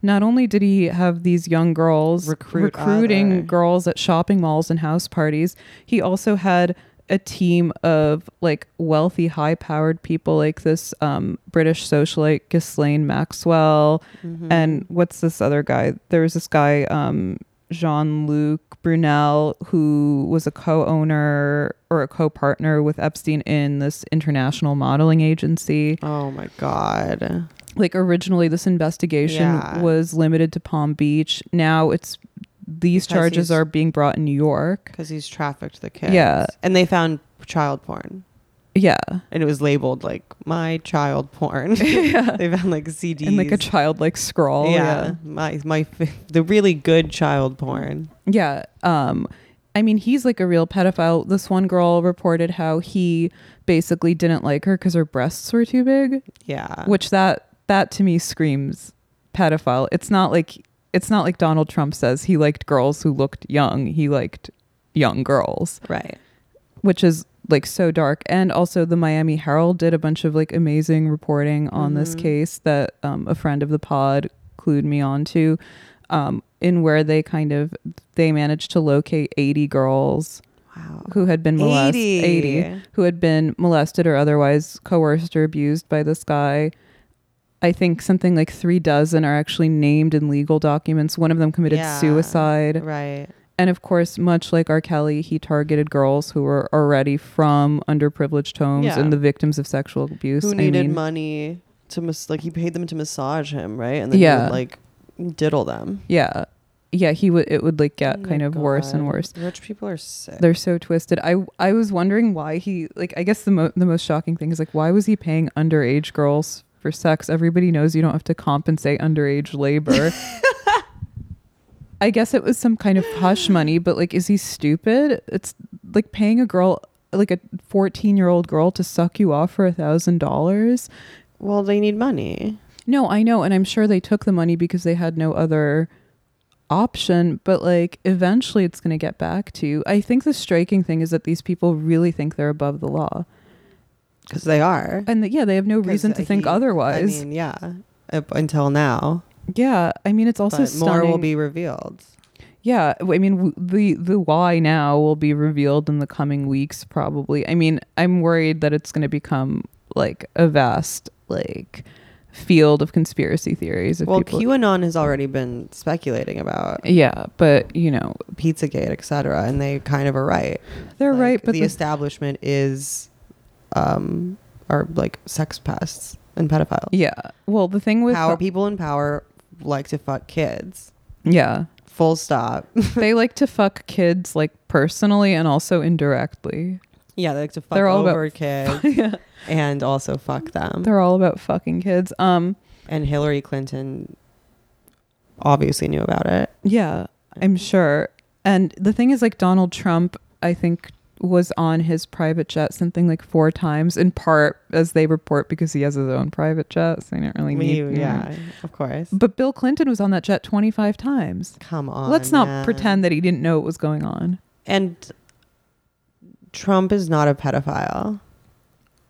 [SPEAKER 1] Not only did he have these young girls
[SPEAKER 2] Recruit
[SPEAKER 1] recruiting
[SPEAKER 2] other.
[SPEAKER 1] girls at shopping malls and house parties, he also had a team of like wealthy, high-powered people, like this um, British socialite Ghislaine Maxwell, and what's this other guy? There was this guy, um, Jean Luc Brunel, who was a co owner or a co partner with Epstein in this international modeling agency.
[SPEAKER 2] Oh my god.
[SPEAKER 1] Like, originally, this investigation
[SPEAKER 2] Yeah.
[SPEAKER 1] was limited to Palm Beach. Now it's these
[SPEAKER 2] Because
[SPEAKER 1] charges
[SPEAKER 2] he's-
[SPEAKER 1] are being brought in New York.
[SPEAKER 2] Because he's trafficked the kids.
[SPEAKER 1] Yeah.
[SPEAKER 2] And they found child porn.
[SPEAKER 1] Yeah.
[SPEAKER 2] And it was labeled like my child porn. They found like CDs.
[SPEAKER 1] And like a childlike scroll.
[SPEAKER 2] yeah. My my the really good child porn.
[SPEAKER 1] Yeah. Um I mean, he's like a real pedophile. This one girl reported how he basically didn't like her cuz her breasts were too big,
[SPEAKER 2] Yeah.
[SPEAKER 1] which that that to me screams pedophile. It's not like it's not like Donald Trump says he liked girls who looked young. He liked young girls,
[SPEAKER 2] right.
[SPEAKER 1] which is like so dark. And also the Miami Herald did a bunch of like amazing reporting on this
[SPEAKER 2] Mhm.
[SPEAKER 1] case that um, a friend of the pod clued me on to um, in where they kind of they managed to locate 80 girls
[SPEAKER 2] Wow.
[SPEAKER 1] who had been molested
[SPEAKER 2] 80.
[SPEAKER 1] 80 who had been molested or otherwise coerced or abused by this guy i think something like three dozen are actually named in legal documents one of them committed
[SPEAKER 2] Yeah.
[SPEAKER 1] suicide
[SPEAKER 2] Right.
[SPEAKER 1] and of course much like r kelly he targeted girls who were already from underprivileged homes
[SPEAKER 2] Yeah.
[SPEAKER 1] and the victims of sexual abuse
[SPEAKER 2] Who needed
[SPEAKER 1] i mean
[SPEAKER 2] money to mas- like he paid them to massage him, right? And then he
[SPEAKER 1] Yeah.
[SPEAKER 2] would, like diddle them.
[SPEAKER 1] yeah yeah he would it would like get
[SPEAKER 2] Oh my
[SPEAKER 1] kind of worse and
[SPEAKER 2] God.
[SPEAKER 1] worse
[SPEAKER 2] Rich people are sick.
[SPEAKER 1] They're so twisted. I I was wondering why he like I guess the mo- the most shocking thing is like why was he paying underage girls for sex? Everybody knows you don't have to compensate underage labor. I guess it was some kind of hush money, but like is he stupid? It's like paying a girl like a 14-year-old girl to suck you off for a thousand dollars
[SPEAKER 2] well, they need money.
[SPEAKER 1] no i know and i'm sure they took the money because they had no other option but like eventually it's going to get back to you i think the striking thing is that these people really think they're above the law
[SPEAKER 2] Because they are.
[SPEAKER 1] and that yeah they have no
[SPEAKER 2] 'Cause
[SPEAKER 1] reason to
[SPEAKER 2] he-
[SPEAKER 1] think otherwise
[SPEAKER 2] I mean, yeah. Up until now.
[SPEAKER 1] yeah i mean it's also
[SPEAKER 2] but more will
[SPEAKER 1] stunning.
[SPEAKER 2] be revealed.
[SPEAKER 1] yeah i mean w- the the why now will be revealed in the coming weeks probably i mean i'm worried that it's going to become like a vast like field of conspiracy theories if
[SPEAKER 2] Well,
[SPEAKER 1] people
[SPEAKER 2] QAnon has already been speculating about
[SPEAKER 1] yeah but you know
[SPEAKER 2] Pizzagate, et cetera, and they kind of are right.
[SPEAKER 1] they're
[SPEAKER 2] Like,
[SPEAKER 1] right but
[SPEAKER 2] the,
[SPEAKER 1] the
[SPEAKER 2] establishment is, um, are like sex pests and pedophiles.
[SPEAKER 1] Yeah. Well, the thing with
[SPEAKER 2] power people in power like to fuck kids.
[SPEAKER 1] yeah,
[SPEAKER 2] Full stop.
[SPEAKER 1] they like to fuck kids like personally and also indirectly.
[SPEAKER 2] yeah, they like to fuck
[SPEAKER 1] They're all about-
[SPEAKER 2] over kids
[SPEAKER 1] yeah.
[SPEAKER 2] and also fuck them.
[SPEAKER 1] They're all about fucking kids. Um
[SPEAKER 2] and Hillary Clinton obviously knew about it.
[SPEAKER 1] yeah, I'm sure. And the thing is like Donald Trump, I think was on his private jet something like four times in part as they report because he has his own private jet, so they don't really need
[SPEAKER 2] You- yeah, of course.
[SPEAKER 1] But Bill Clinton was on that jet 25 times.
[SPEAKER 2] Come on.
[SPEAKER 1] Let's not
[SPEAKER 2] man.
[SPEAKER 1] pretend that he didn't know what was going on.
[SPEAKER 2] And Trump is not a pedophile.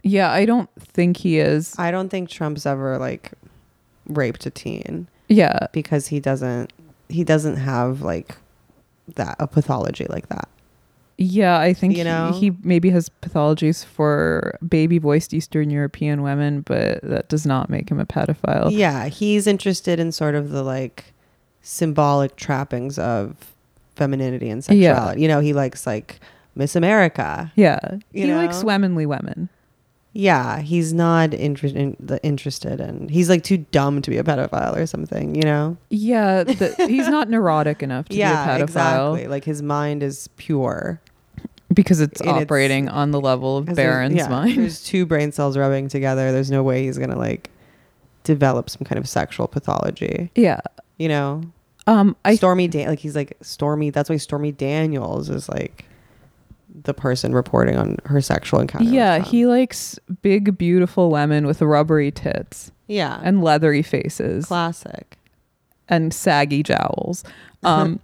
[SPEAKER 1] Yeah, I don't think he is.
[SPEAKER 2] I don't think Trump's ever like raped a teen
[SPEAKER 1] Yeah.
[SPEAKER 2] because he doesn't he doesn't have like that a pathology like that.
[SPEAKER 1] Yeah, I think he-
[SPEAKER 2] You know?
[SPEAKER 1] he, maybe has pathologies for baby voiced Eastern European women, but that does not make him a pedophile.
[SPEAKER 2] Yeah, he's interested in sort of the like symbolic trappings of femininity and
[SPEAKER 1] Yeah.
[SPEAKER 2] sexuality. You know, he likes like Miss America.
[SPEAKER 1] Yeah. he
[SPEAKER 2] You know?
[SPEAKER 1] likes womenly women.
[SPEAKER 2] Yeah, he's not inter- in, the interested in. He's like too dumb to be a pedophile or something, you know?
[SPEAKER 1] Yeah, the, he's not neurotic enough to be a pedophile
[SPEAKER 2] exactly. Like his mind is pure.
[SPEAKER 1] because it's
[SPEAKER 2] And it's-
[SPEAKER 1] operating on the level of
[SPEAKER 2] 'Cause there's-
[SPEAKER 1] Baron's
[SPEAKER 2] yeah,
[SPEAKER 1] mind.
[SPEAKER 2] There's two brain cells rubbing together. There's no way he's going to like develop some kind of sexual pathology,
[SPEAKER 1] Yeah.
[SPEAKER 2] you know?
[SPEAKER 1] Um I
[SPEAKER 2] Stormy Dan like he's like Stormy. That's why Stormy Daniels is like the person reporting on her sexual encounter. with
[SPEAKER 1] yeah,
[SPEAKER 2] Trump.
[SPEAKER 1] he likes big beautiful women with rubbery tits
[SPEAKER 2] yeah
[SPEAKER 1] and leathery faces.
[SPEAKER 2] classic.
[SPEAKER 1] and saggy jowls.
[SPEAKER 2] Uh-huh.
[SPEAKER 1] Um,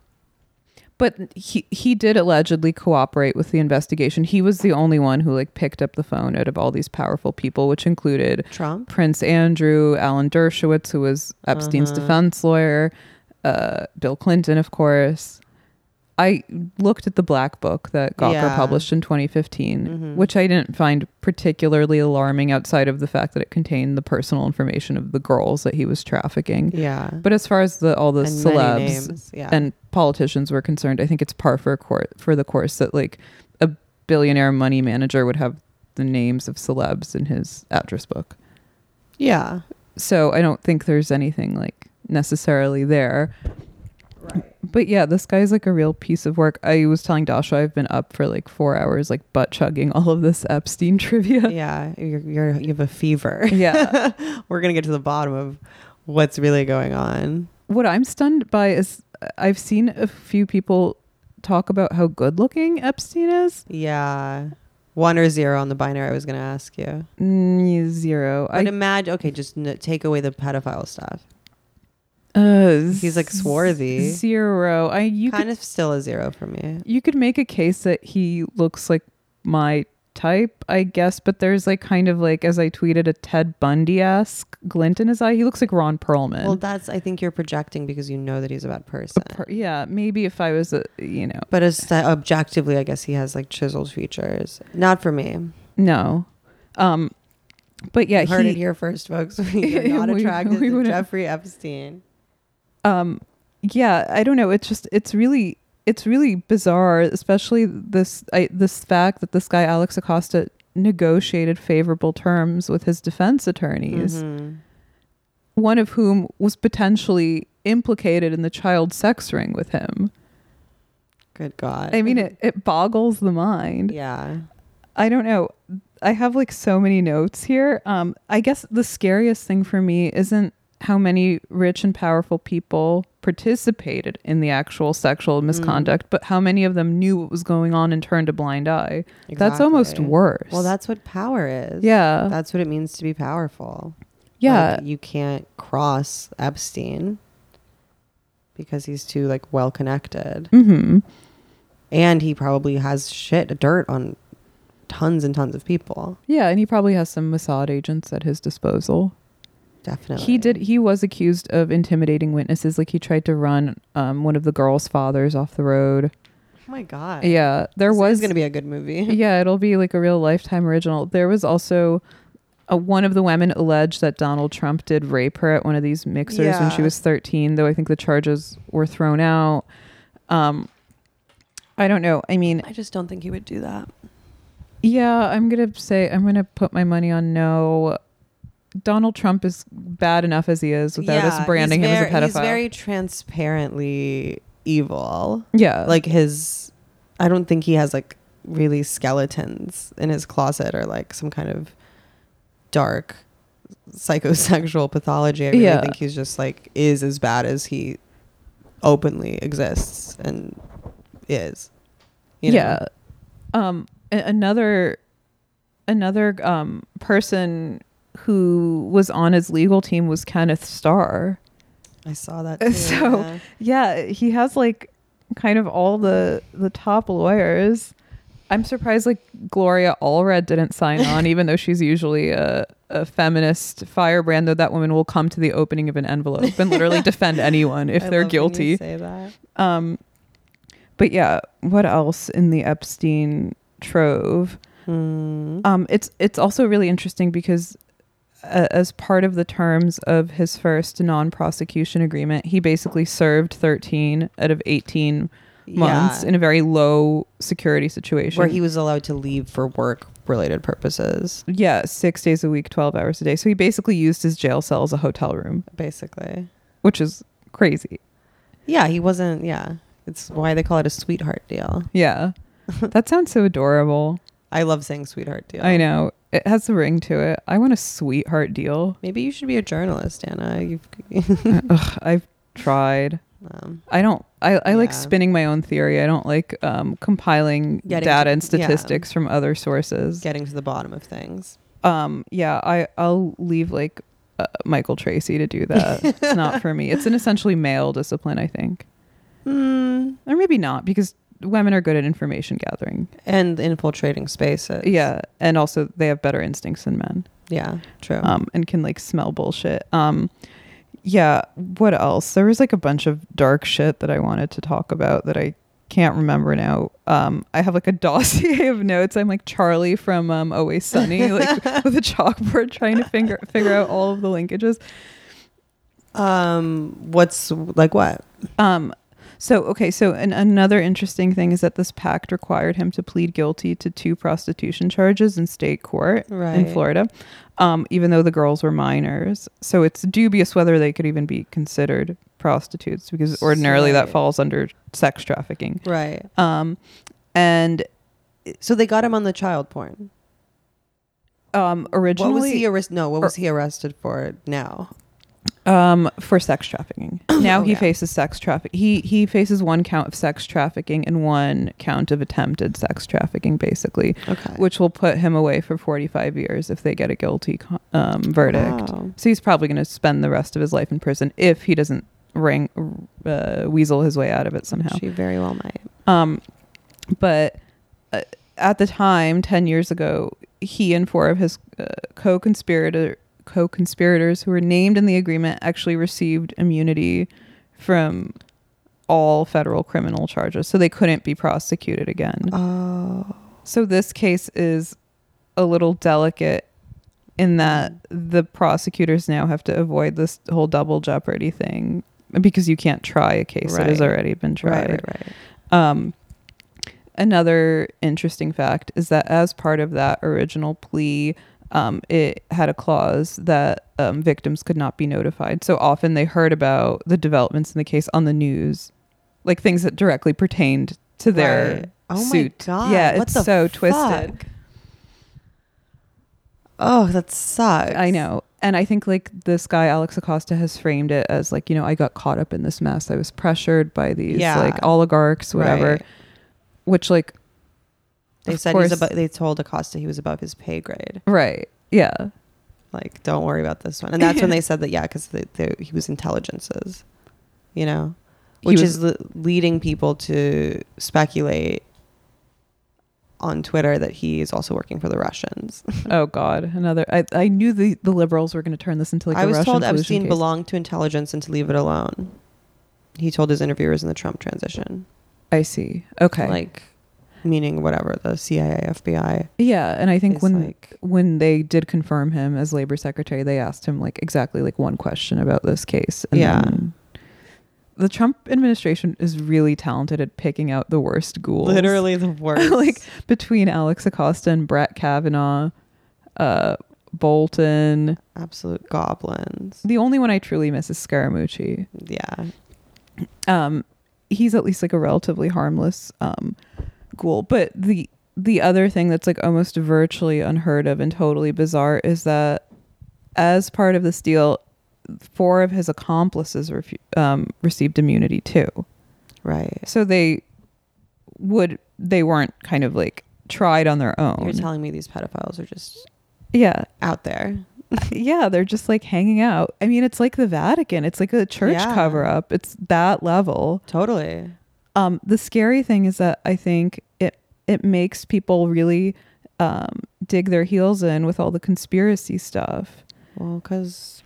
[SPEAKER 1] but he he did allegedly cooperate with the investigation. He was the only one who like picked up the phone out of all these powerful people, which included
[SPEAKER 2] Trump.
[SPEAKER 1] Prince Andrew, Alan Dershowitz, who was Epstein's
[SPEAKER 2] Uh-huh.
[SPEAKER 1] defense lawyer, uh, Bill Clinton, of course. I looked at the black book that Gawker
[SPEAKER 2] Yeah. Mm-hmm.
[SPEAKER 1] published in 2015, which I didn't find particularly alarming outside of the fact that it contained the personal information of the girls that he was trafficking.
[SPEAKER 2] Yeah.
[SPEAKER 1] But as far as the all the
[SPEAKER 2] And many
[SPEAKER 1] celebs
[SPEAKER 2] names, Yeah.
[SPEAKER 1] and politicians were concerned, I think it's par for court for the course that like a billionaire money manager would have the names of celebs in his address book.
[SPEAKER 2] yeah.
[SPEAKER 1] So I don't think there's anything like necessarily there. But yeah, this guy's like a real piece of work. I was telling Dasha I've been up for like four hours, like butt chugging all of this Epstein trivia.
[SPEAKER 2] Yeah. You're, you're, you have a fever.
[SPEAKER 1] yeah.
[SPEAKER 2] We're going to get to the bottom of what's really going on.
[SPEAKER 1] what I'm stunned by is uh, I've seen a few people talk about how good looking Epstein is.
[SPEAKER 2] Yeah. One or zero on the binary, I was going to ask you.
[SPEAKER 1] Mm, zero.
[SPEAKER 2] But
[SPEAKER 1] I,
[SPEAKER 2] imagine, okay, just n- take away the pedophile stuff.
[SPEAKER 1] uh,
[SPEAKER 2] He's like
[SPEAKER 1] z-
[SPEAKER 2] swarthy.
[SPEAKER 1] Zero. I you
[SPEAKER 2] kind
[SPEAKER 1] could,
[SPEAKER 2] of still a zero for me.
[SPEAKER 1] you could make a case that he looks like my type, I guess. But there's like kind of like as I tweeted a Ted Bundy esque glint in his eye. He looks like Ron Perlman.
[SPEAKER 2] Well, that's, I think you're projecting because you know that he's a bad person.
[SPEAKER 1] Per- yeah, maybe if I was a you know
[SPEAKER 2] But as objectively, I guess he has like chiseled features. Not for me.
[SPEAKER 1] no, um, but yeah
[SPEAKER 2] you heard
[SPEAKER 1] he,
[SPEAKER 2] it here first, folks. We are not
[SPEAKER 1] We-
[SPEAKER 2] attracted
[SPEAKER 1] we
[SPEAKER 2] to
[SPEAKER 1] wouldn't-
[SPEAKER 2] Jeffrey Epstein.
[SPEAKER 1] um yeah i don't know it's just it's really it's really bizarre especially this I, this fact that this guy alex acosta negotiated favorable terms with his defense attorneys
[SPEAKER 2] Mhm.
[SPEAKER 1] one of whom was potentially implicated in the child sex ring with him
[SPEAKER 2] Good God.
[SPEAKER 1] i mean it, it boggles the mind
[SPEAKER 2] Yeah.
[SPEAKER 1] I don't know. I have like so many notes here. Um, I guess the scariest thing for me isn't how many rich and powerful people participated in the actual sexual
[SPEAKER 2] Hmm.
[SPEAKER 1] misconduct, but how many of them knew what was going on and turned a blind eye. That's almost
[SPEAKER 2] Exactly.
[SPEAKER 1] worse.
[SPEAKER 2] Well, that's what power is.
[SPEAKER 1] yeah,
[SPEAKER 2] That's what it means to be powerful.
[SPEAKER 1] yeah,
[SPEAKER 2] Like, you can't cross Epstein because he's too like well connected.
[SPEAKER 1] mm-hmm.
[SPEAKER 2] And he probably has shit dirt on tons and tons of people.
[SPEAKER 1] yeah. And he probably has some Mossad agents at his disposal.
[SPEAKER 2] Definitely.
[SPEAKER 1] He did. He was accused of intimidating witnesses. Like he tried to run um, one of the girls' fathers off the road.
[SPEAKER 2] Oh my God.
[SPEAKER 1] Yeah, there
[SPEAKER 2] This
[SPEAKER 1] was
[SPEAKER 2] is gonna be a good movie.
[SPEAKER 1] yeah, it'll be like a real lifetime original. There was also a, one of the women alleged that Donald Trump did rape her at one of these mixers when she
[SPEAKER 2] Yeah.
[SPEAKER 1] was 13, though I think the charges were thrown out. Um, I don't know. I mean,
[SPEAKER 2] I just don't think he would do that.
[SPEAKER 1] yeah, I'm going to say, I'm going to put my money on no. Donald Trump is bad enough as he is without us
[SPEAKER 2] he's
[SPEAKER 1] branding him
[SPEAKER 2] ver-
[SPEAKER 1] as a pedophile.
[SPEAKER 2] He's very transparently evil.
[SPEAKER 1] yeah.
[SPEAKER 2] Like his, I don't think he has like really skeletons in his closet or like some kind of dark psychosexual pathology. I really
[SPEAKER 1] Yeah.
[SPEAKER 2] think he's just like is as bad as he openly exists and is. you know?
[SPEAKER 1] yeah. Um, a- another another um person who was on his legal team was Kenneth Starr.
[SPEAKER 2] I saw that. Too,
[SPEAKER 1] So-
[SPEAKER 2] yeah.
[SPEAKER 1] Yeah, he has like kind of all the the top lawyers. I'm surprised like Gloria Allred didn't sign on, even though she's usually a, a feminist firebrand. Though that woman will come to the opening of an envelope and literally defend anyone if
[SPEAKER 2] I
[SPEAKER 1] they're
[SPEAKER 2] love when you
[SPEAKER 1] guilty.
[SPEAKER 2] say that.
[SPEAKER 1] Um, but yeah, what else in the Epstein trove?
[SPEAKER 2] Hmm.
[SPEAKER 1] Um, it's it's also really interesting because uh, as part of the terms of his first non-prosecution agreement, he basically served 13 out of 18 months
[SPEAKER 2] Yeah.
[SPEAKER 1] in a very low security situation.
[SPEAKER 2] where he was allowed to leave for work related purposes,
[SPEAKER 1] yeah, six days a week, 12 hours a day. So he basically used his jail cell as a hotel room,
[SPEAKER 2] basically.
[SPEAKER 1] which is crazy.
[SPEAKER 2] Yeah, he wasn't. Yeah, it's why they call it a sweetheart deal.
[SPEAKER 1] Yeah. that sounds so adorable.
[SPEAKER 2] I love saying sweetheart deal.
[SPEAKER 1] I know. It has the ring to it. I want a sweetheart deal.
[SPEAKER 2] Maybe you should be a journalist, Anna. You've,
[SPEAKER 1] Ugh, I've tried.
[SPEAKER 2] um,
[SPEAKER 1] I don't. I, I like
[SPEAKER 2] Yeah.
[SPEAKER 1] spinning my own theory. I don't like um, compiling
[SPEAKER 2] Getting
[SPEAKER 1] data
[SPEAKER 2] to-
[SPEAKER 1] and
[SPEAKER 2] yeah.
[SPEAKER 1] statistics from other sources.
[SPEAKER 2] getting to the bottom of things.
[SPEAKER 1] Um, yeah, I I'll leave like uh, Michael Tracy to do that. it's not for me. It's an essentially male discipline, I think.
[SPEAKER 2] Mm,
[SPEAKER 1] Or maybe not because women are good at information gathering.
[SPEAKER 2] and infiltrating spaces.
[SPEAKER 1] Yeah, and also they have better instincts than men.
[SPEAKER 2] Yeah. True.
[SPEAKER 1] um, and can like smell bullshit. Um, yeah, what else? There was like a bunch of dark shit that I wanted to talk about that I can't remember now. Um, I have like a dossier of notes. I'm like Charlie from um, Always Sunny, like with a chalkboard trying to figure figure out all of the linkages.
[SPEAKER 2] Um. What's like what?
[SPEAKER 1] Um, so okay, so an, another interesting thing is that this pact required him to plead guilty to two prostitution charges in state court in
[SPEAKER 2] Right.
[SPEAKER 1] Florida, um, even though the girls were minors. So it's dubious whether they could even be considered prostitutes because ordinarily that
[SPEAKER 2] Right.
[SPEAKER 1] falls under sex trafficking.
[SPEAKER 2] Right.
[SPEAKER 1] Um, and
[SPEAKER 2] So they got him on the child porn.
[SPEAKER 1] um,
[SPEAKER 2] What
[SPEAKER 1] originally,
[SPEAKER 2] was he arrested? No. What
[SPEAKER 1] or-
[SPEAKER 2] was he arrested for? Now.
[SPEAKER 1] um, for sex trafficking. Now
[SPEAKER 2] Oh,
[SPEAKER 1] he
[SPEAKER 2] yeah.
[SPEAKER 1] faces sex traffic. He he faces one count of sex trafficking and one count of attempted sex trafficking, basically.
[SPEAKER 2] Okay.
[SPEAKER 1] which will put him away for 45 years if they get a guilty co- um, verdict.
[SPEAKER 2] Wow.
[SPEAKER 1] So he's probably going to spend the rest of his life in prison if he doesn't ring, uh, weasel his way out of it somehow.
[SPEAKER 2] She very well might.
[SPEAKER 1] Um, but uh, at the time, 10 years ago, he and four of his uh, co-conspirator co-conspirators who were named in the agreement actually received immunity from all federal criminal charges, so they couldn't be prosecuted again.
[SPEAKER 2] Oh.
[SPEAKER 1] So this case is a little delicate in that the prosecutors now have to avoid this whole double jeopardy thing because you can't try a case that has
[SPEAKER 2] Right.
[SPEAKER 1] already been tried.
[SPEAKER 2] Right. Right. Right.
[SPEAKER 1] Um, another interesting fact is that as part of that original plea, um, it had a clause that um, victims could not be notified. So often they heard about the developments in the case on the news, like things that directly pertained to their
[SPEAKER 2] Right. Oh my
[SPEAKER 1] suit.
[SPEAKER 2] God,
[SPEAKER 1] Yeah,
[SPEAKER 2] what
[SPEAKER 1] it's
[SPEAKER 2] the
[SPEAKER 1] so twisted.
[SPEAKER 2] fuck? Oh, that sucks.
[SPEAKER 1] I know. And I think like this guy Alex Acosta has framed it as like, you know, I got caught up in this mess. I was pressured by these
[SPEAKER 2] Yeah.
[SPEAKER 1] like oligarchs, whatever.
[SPEAKER 2] Right.
[SPEAKER 1] Which like
[SPEAKER 2] They
[SPEAKER 1] of
[SPEAKER 2] said he's
[SPEAKER 1] course-
[SPEAKER 2] above, they told Acosta he was above his pay grade.
[SPEAKER 1] right. Yeah.
[SPEAKER 2] Like, don't worry about this one. And that's when they said that, yeah, because he was intelligences, you know,
[SPEAKER 1] He
[SPEAKER 2] which
[SPEAKER 1] was-
[SPEAKER 2] is le- leading people to speculate on Twitter that he is also working for the Russians.
[SPEAKER 1] Oh God, another. I, I knew the, the liberals were going to turn this into like.
[SPEAKER 2] I
[SPEAKER 1] a
[SPEAKER 2] was
[SPEAKER 1] Russian
[SPEAKER 2] told
[SPEAKER 1] collusion
[SPEAKER 2] Epstein
[SPEAKER 1] case.
[SPEAKER 2] belonged to intelligence and to leave it alone. He told his interviewers in the Trump transition,
[SPEAKER 1] I see. Okay.
[SPEAKER 2] like, meaning whatever the CIA, FBI.
[SPEAKER 1] yeah, and I think
[SPEAKER 2] is
[SPEAKER 1] when
[SPEAKER 2] like-
[SPEAKER 1] when they did confirm him as labor secretary, they asked him like exactly like one question about this case. And
[SPEAKER 2] Yeah.
[SPEAKER 1] then- the Trump administration is really talented at picking out the worst ghouls.
[SPEAKER 2] Literally the worst.
[SPEAKER 1] like between Alex Acosta and Brett Kavanaugh, uh, Bolton.
[SPEAKER 2] absolute goblins.
[SPEAKER 1] The only one I truly miss is Scaramucci.
[SPEAKER 2] Yeah.
[SPEAKER 1] um he's at least like a relatively harmless um ghoul but the the other thing that's like almost virtually unheard of and totally bizarre is that as part of this deal four of his accomplices refu- um, received immunity too
[SPEAKER 2] Right.
[SPEAKER 1] so they would they weren't kind of like tried on their own
[SPEAKER 2] You're telling me these pedophiles are just
[SPEAKER 1] yeah
[SPEAKER 2] out there.
[SPEAKER 1] yeah they're just like hanging out i mean it's like the vatican it's like a church
[SPEAKER 2] Yeah.
[SPEAKER 1] cover up it's that level
[SPEAKER 2] Totally.
[SPEAKER 1] um, the scary thing is that I think it it makes people really um, dig their heels in with all the conspiracy stuff.
[SPEAKER 2] Well, because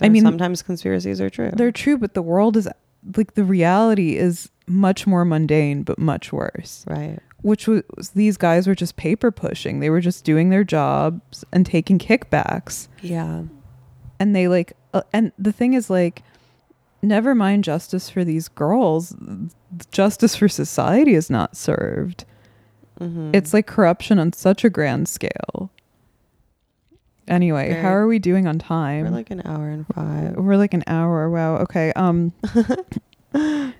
[SPEAKER 1] I mean-
[SPEAKER 2] sometimes conspiracies are true.
[SPEAKER 1] They're true, but the world is like the reality is much more mundane, but much worse.
[SPEAKER 2] right.
[SPEAKER 1] Which was these guys were just paper pushing. They were just doing their jobs and taking kickbacks.
[SPEAKER 2] Yeah.
[SPEAKER 1] and they like uh, and the thing is like never mind justice for these girls justice for society is not served
[SPEAKER 2] Mm-hmm.
[SPEAKER 1] it's like corruption on such a grand scale anyway
[SPEAKER 2] Very-
[SPEAKER 1] how are we doing on time
[SPEAKER 2] We're like an hour and five.
[SPEAKER 1] we're like an hour wow okay um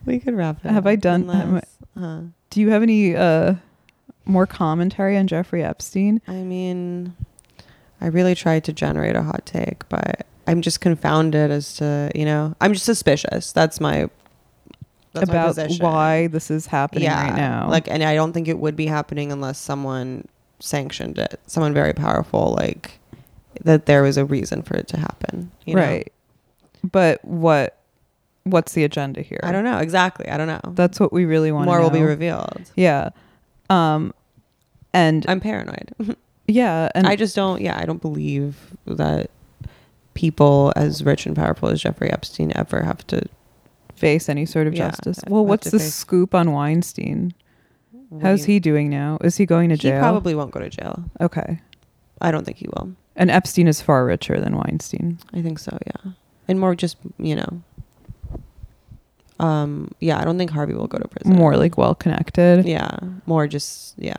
[SPEAKER 2] We could wrap it.
[SPEAKER 1] Have
[SPEAKER 2] up
[SPEAKER 1] I done- have I-
[SPEAKER 2] unless- huh.
[SPEAKER 1] do you have any uh more commentary on jeffrey epstein
[SPEAKER 2] I mean, I really tried to generate a hot take, but I'm just confounded as to you know I'm just suspicious. That's my that's my
[SPEAKER 1] about
[SPEAKER 2] position.
[SPEAKER 1] why this is happening
[SPEAKER 2] yeah,
[SPEAKER 1] right now
[SPEAKER 2] Like, and I don't think it would be happening unless someone sanctioned it. Someone very powerful, like that there was a reason for it to happen. you know?
[SPEAKER 1] right. But what what's the agenda here?
[SPEAKER 2] I don't know exactly. I don't know.
[SPEAKER 1] That's what we really want.
[SPEAKER 2] More will be revealed.
[SPEAKER 1] yeah. Um, and
[SPEAKER 2] I'm paranoid.
[SPEAKER 1] yeah, and
[SPEAKER 2] I just don't. Yeah, I don't believe that people as rich and powerful as Jeffrey Epstein ever have to.
[SPEAKER 1] face any sort of
[SPEAKER 2] Yeah,
[SPEAKER 1] justice.
[SPEAKER 2] I
[SPEAKER 1] Well,
[SPEAKER 2] have
[SPEAKER 1] what's
[SPEAKER 2] to
[SPEAKER 1] the
[SPEAKER 2] face-
[SPEAKER 1] scoop on Weinstein? How's he doing now? Is he going to jail?
[SPEAKER 2] He probably won't go to jail.
[SPEAKER 1] okay.
[SPEAKER 2] I don't think he will.
[SPEAKER 1] And Epstein is far richer than Weinstein.
[SPEAKER 2] I think so. Yeah, and more just you know. Um. Yeah, I don't think Harvey will go to prison.
[SPEAKER 1] More like well connected.
[SPEAKER 2] Yeah. More just yeah.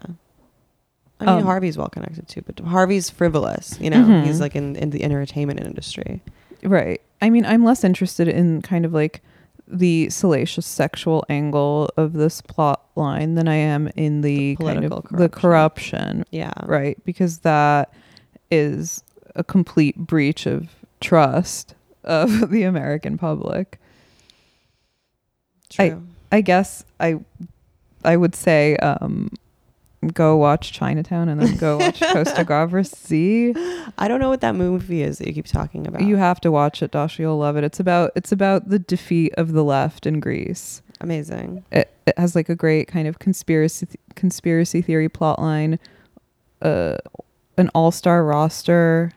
[SPEAKER 2] I mean,
[SPEAKER 1] Um,
[SPEAKER 2] Harvey's well connected too, but Harvey's frivolous. You know,
[SPEAKER 1] Mhm.
[SPEAKER 2] he's like in, in the entertainment industry.
[SPEAKER 1] Right. I mean, I'm less interested in kind of like the salacious sexual angle of this plot line than I am in the,
[SPEAKER 2] The
[SPEAKER 1] kind of
[SPEAKER 2] political
[SPEAKER 1] the corruption,
[SPEAKER 2] Yeah.
[SPEAKER 1] right? Because that is a complete breach of trust of the American public. I-
[SPEAKER 2] True.
[SPEAKER 1] I guess I I would say um go watch Chinatown and then go watch Costa Gavra Z.
[SPEAKER 2] I, don't know what that movie is that you keep talking about.
[SPEAKER 1] You have to watch it, Dasha. You'll love it. It's about it's about the defeat of the left in Greece.
[SPEAKER 2] Amazing.
[SPEAKER 1] It, it has like a great kind of conspiracy conspiracy theory plot line, uh, an all star roster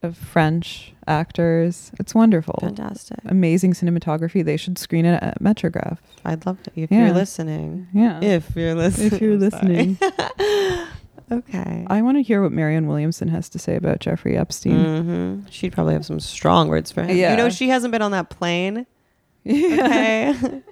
[SPEAKER 1] of French actors. It's wonderful.
[SPEAKER 2] Fantastic.
[SPEAKER 1] Amazing cinematography. They should screen it at Metrograph.
[SPEAKER 2] I'd love to. If
[SPEAKER 1] Yeah.
[SPEAKER 2] you're listening.
[SPEAKER 1] Yeah.
[SPEAKER 2] If you're listening.
[SPEAKER 1] if you're
[SPEAKER 2] I'm sorry.
[SPEAKER 1] listening.
[SPEAKER 2] okay.
[SPEAKER 1] I want to hear what Marianne Williamson has to say about Jeffrey Epstein.
[SPEAKER 2] hmm She'd probably have some strong words for him.
[SPEAKER 1] Yeah.
[SPEAKER 2] You know, she hasn't been on that plane. Mm. Okay.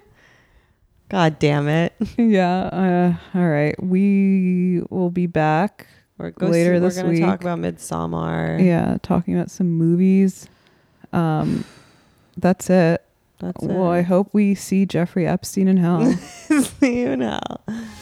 [SPEAKER 2] God damn it.
[SPEAKER 1] yeah. Uh, all right. We will be back.
[SPEAKER 2] We're go
[SPEAKER 1] Later
[SPEAKER 2] see-
[SPEAKER 1] this
[SPEAKER 2] We're gonna
[SPEAKER 1] week.
[SPEAKER 2] talk about Midsommar.
[SPEAKER 1] Yeah. Talking about some movies. Um, that's it.
[SPEAKER 2] That's
[SPEAKER 1] well, I
[SPEAKER 2] it.
[SPEAKER 1] hope we see Jeffrey Epstein in hell.
[SPEAKER 2] see you now.